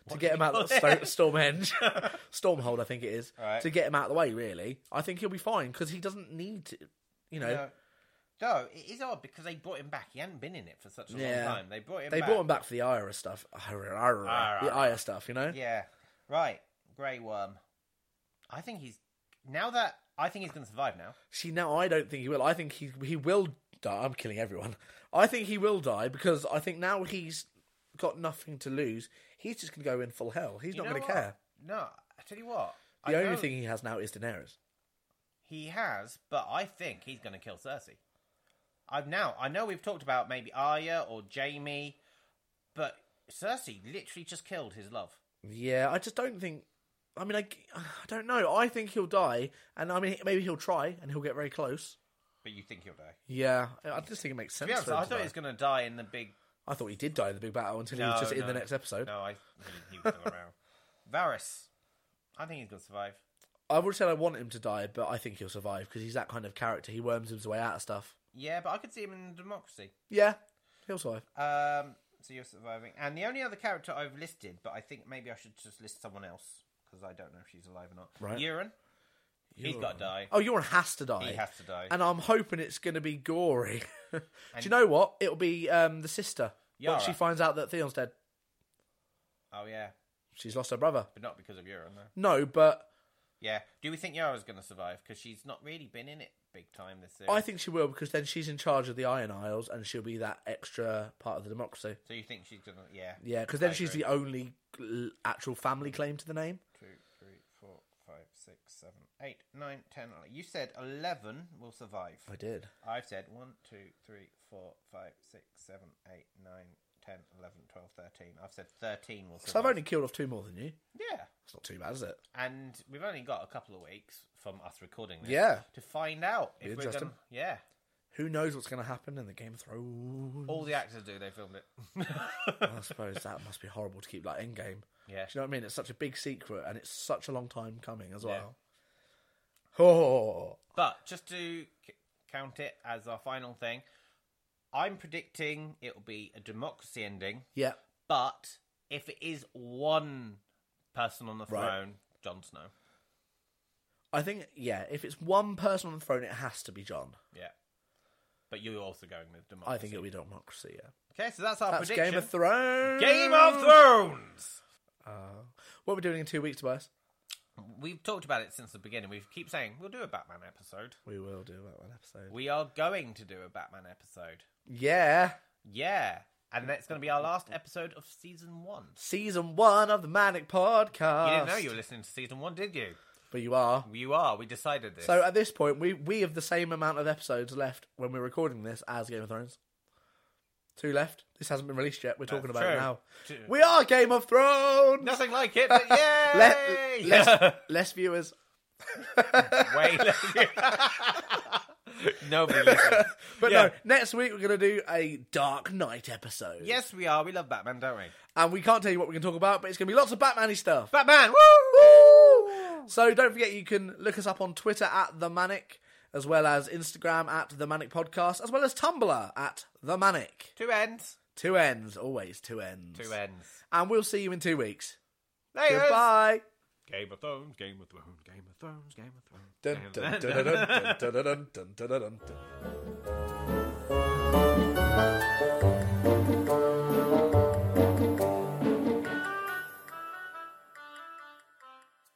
Speaker 1: to
Speaker 2: What
Speaker 1: get
Speaker 2: do
Speaker 1: him
Speaker 2: you
Speaker 1: out of
Speaker 2: call
Speaker 1: Sto- Stormhenge, Stormhold, I think it is,
Speaker 2: Right.
Speaker 1: to get him out of the way. Really, I think he'll be fine because he doesn't need to, you know.
Speaker 2: No. Though it is odd because they brought him back. He hadn't been in it for such a
Speaker 1: Yeah.
Speaker 2: long time. They brought him
Speaker 1: They
Speaker 2: back.
Speaker 1: brought him back for the Ira stuff, Ira, Ira,
Speaker 2: Ira.
Speaker 1: the Ira stuff, you know.
Speaker 2: Yeah. Right. Grey Worm. I think he's now that I think he's gonna survive now.
Speaker 1: See, now I don't think he will. I think he he will die. I'm killing everyone. I think he will die because I think now he's got nothing to lose. He's just going to go in full hell. He's
Speaker 2: You
Speaker 1: not
Speaker 2: know
Speaker 1: going to
Speaker 2: what?
Speaker 1: care.
Speaker 2: No, I tell you what.
Speaker 1: The
Speaker 2: I
Speaker 1: only
Speaker 2: don't-
Speaker 1: thing he has now is Daenerys.
Speaker 2: He has, but I think he's going to kill Cersei. I've now I know we've talked about maybe Arya or Jamie, but Cersei literally just killed his love.
Speaker 1: Yeah, I just don't think. I mean, I, I don't know. I think he'll die, and I mean, maybe he'll try and he'll get very close.
Speaker 2: But you think he'll die?
Speaker 1: Yeah, I just think it makes
Speaker 2: To
Speaker 1: sense.
Speaker 2: be honest,
Speaker 1: for him
Speaker 2: I
Speaker 1: to
Speaker 2: thought he
Speaker 1: die.
Speaker 2: was going to die in the big.
Speaker 1: I thought he did die in the big battle until he was
Speaker 2: No,
Speaker 1: just in
Speaker 2: no.
Speaker 1: the next episode.
Speaker 2: No, I he, he was still around. Varys, I think he's going to survive.
Speaker 1: I would say I want him to die, but I think he'll survive because he's that kind of character. He worms his way out of stuff.
Speaker 2: Yeah, but I could see him in democracy.
Speaker 1: Yeah, he'll survive.
Speaker 2: Um, so you're surviving, and the only other character I've listed, but I think maybe I should just list someone else because I don't know if she's alive or not.
Speaker 1: Right.
Speaker 2: Euron, he's got to die.
Speaker 1: Oh, Euron has to die.
Speaker 2: He has to die.
Speaker 1: And I'm hoping it's going to be gory. Do you know what? It'll be um, the sister.
Speaker 2: Yara.
Speaker 1: Once she finds out that Theon's dead,
Speaker 2: Oh yeah,
Speaker 1: she's lost her brother.
Speaker 2: but not because of Euron. No.
Speaker 1: No, but
Speaker 2: Yeah. Do we think Yara's going to survive? Because she's not really been in it big time this series.
Speaker 1: I think she will because then she's in charge of the Iron Isles and she'll be that extra part of the democracy.
Speaker 2: so you think she's going to? Yeah.
Speaker 1: Yeah, because then
Speaker 2: I
Speaker 1: she's
Speaker 2: agree.
Speaker 1: the only l- actual family claim to the name.
Speaker 2: Two, three, four, five, six, seven, eight, nine, ten. ele- You said eleven will survive.
Speaker 1: I did.
Speaker 2: I've said one, two, three, four, five, six, seven, eight, nine, ten, eleven, twelve, thirteen. I've said thirteen will survive.
Speaker 1: So I've only killed off two more than you.
Speaker 2: Yeah.
Speaker 1: It's not too bad, is it?
Speaker 2: And we've only got a couple of weeks from us recording this
Speaker 1: Yeah.
Speaker 2: to find out if
Speaker 1: Be
Speaker 2: we're
Speaker 1: interesting.
Speaker 2: going. Yeah.
Speaker 1: Who knows what's going to happen in the Game of Thrones?
Speaker 2: All the actors do. They filmed it.
Speaker 1: I suppose that must be horrible to keep like in game.
Speaker 2: yeah.
Speaker 1: Do you know what I mean? It's such a big secret and it's such a long time coming as well. Oh,
Speaker 2: But just to c- count it as our final thing, I'm predicting it will be a democracy ending.
Speaker 1: yeah.
Speaker 2: But if it is one person on the throne,
Speaker 1: Right.
Speaker 2: Jon Snow.
Speaker 1: I think yeah. If it's one person on the throne, it has to be John.
Speaker 2: Yeah. But you're also going with democracy.
Speaker 1: I think it'll be democracy. Yeah.
Speaker 2: Okay, so that's our
Speaker 1: That's
Speaker 2: prediction.
Speaker 1: Game of Thrones.
Speaker 2: Game of Thrones.
Speaker 1: Oh. what are we doing in two weeks, Tobias?
Speaker 2: We've talked about it since the beginning. We keep saying we'll do a Batman episode.
Speaker 1: We will do that one episode.
Speaker 2: We are going to do a Batman episode.
Speaker 1: Yeah,
Speaker 2: Yeah. And that's going to be our last episode of season one.
Speaker 1: season one of the Manic Podcast.
Speaker 2: You didn't know you were listening to season one, did you?
Speaker 1: but you are.
Speaker 2: You are. We decided this.
Speaker 1: So uh, at this point, we we have the same amount of episodes left when we're recording this as Game of Thrones. Two left. This hasn't been released yet. We're talking about it
Speaker 2: true.
Speaker 1: now.
Speaker 2: True.
Speaker 1: We are Game of Thrones.
Speaker 2: Nothing like it, but yay!
Speaker 1: Let, less, less viewers.
Speaker 2: Way less. Nobody listens.
Speaker 1: But
Speaker 2: Yeah.
Speaker 1: no, next week we're going to do a Dark Knight episode.
Speaker 2: Yes, we are. We love Batman, don't we?
Speaker 1: And we can't tell you what we can talk about, but it's going to be lots of Batman stuff.
Speaker 2: Batman! Woo!
Speaker 1: So don't forget you can look us up on Twitter at The Manic, as well as Instagram at The Manic Podcast, as well as Tumblr at The Manic.
Speaker 2: Two ends.
Speaker 1: Two ends, always two ends.
Speaker 2: Two ends.
Speaker 1: And we'll see you in two weeks.
Speaker 2: Layers.
Speaker 1: Goodbye.
Speaker 2: Game of Thrones, Game of Thrones, Game of Thrones, Game of
Speaker 1: Dun, dun,
Speaker 2: Thrones.
Speaker 1: dun, dun, dun, dun, dun, dun, dun, dun, dun.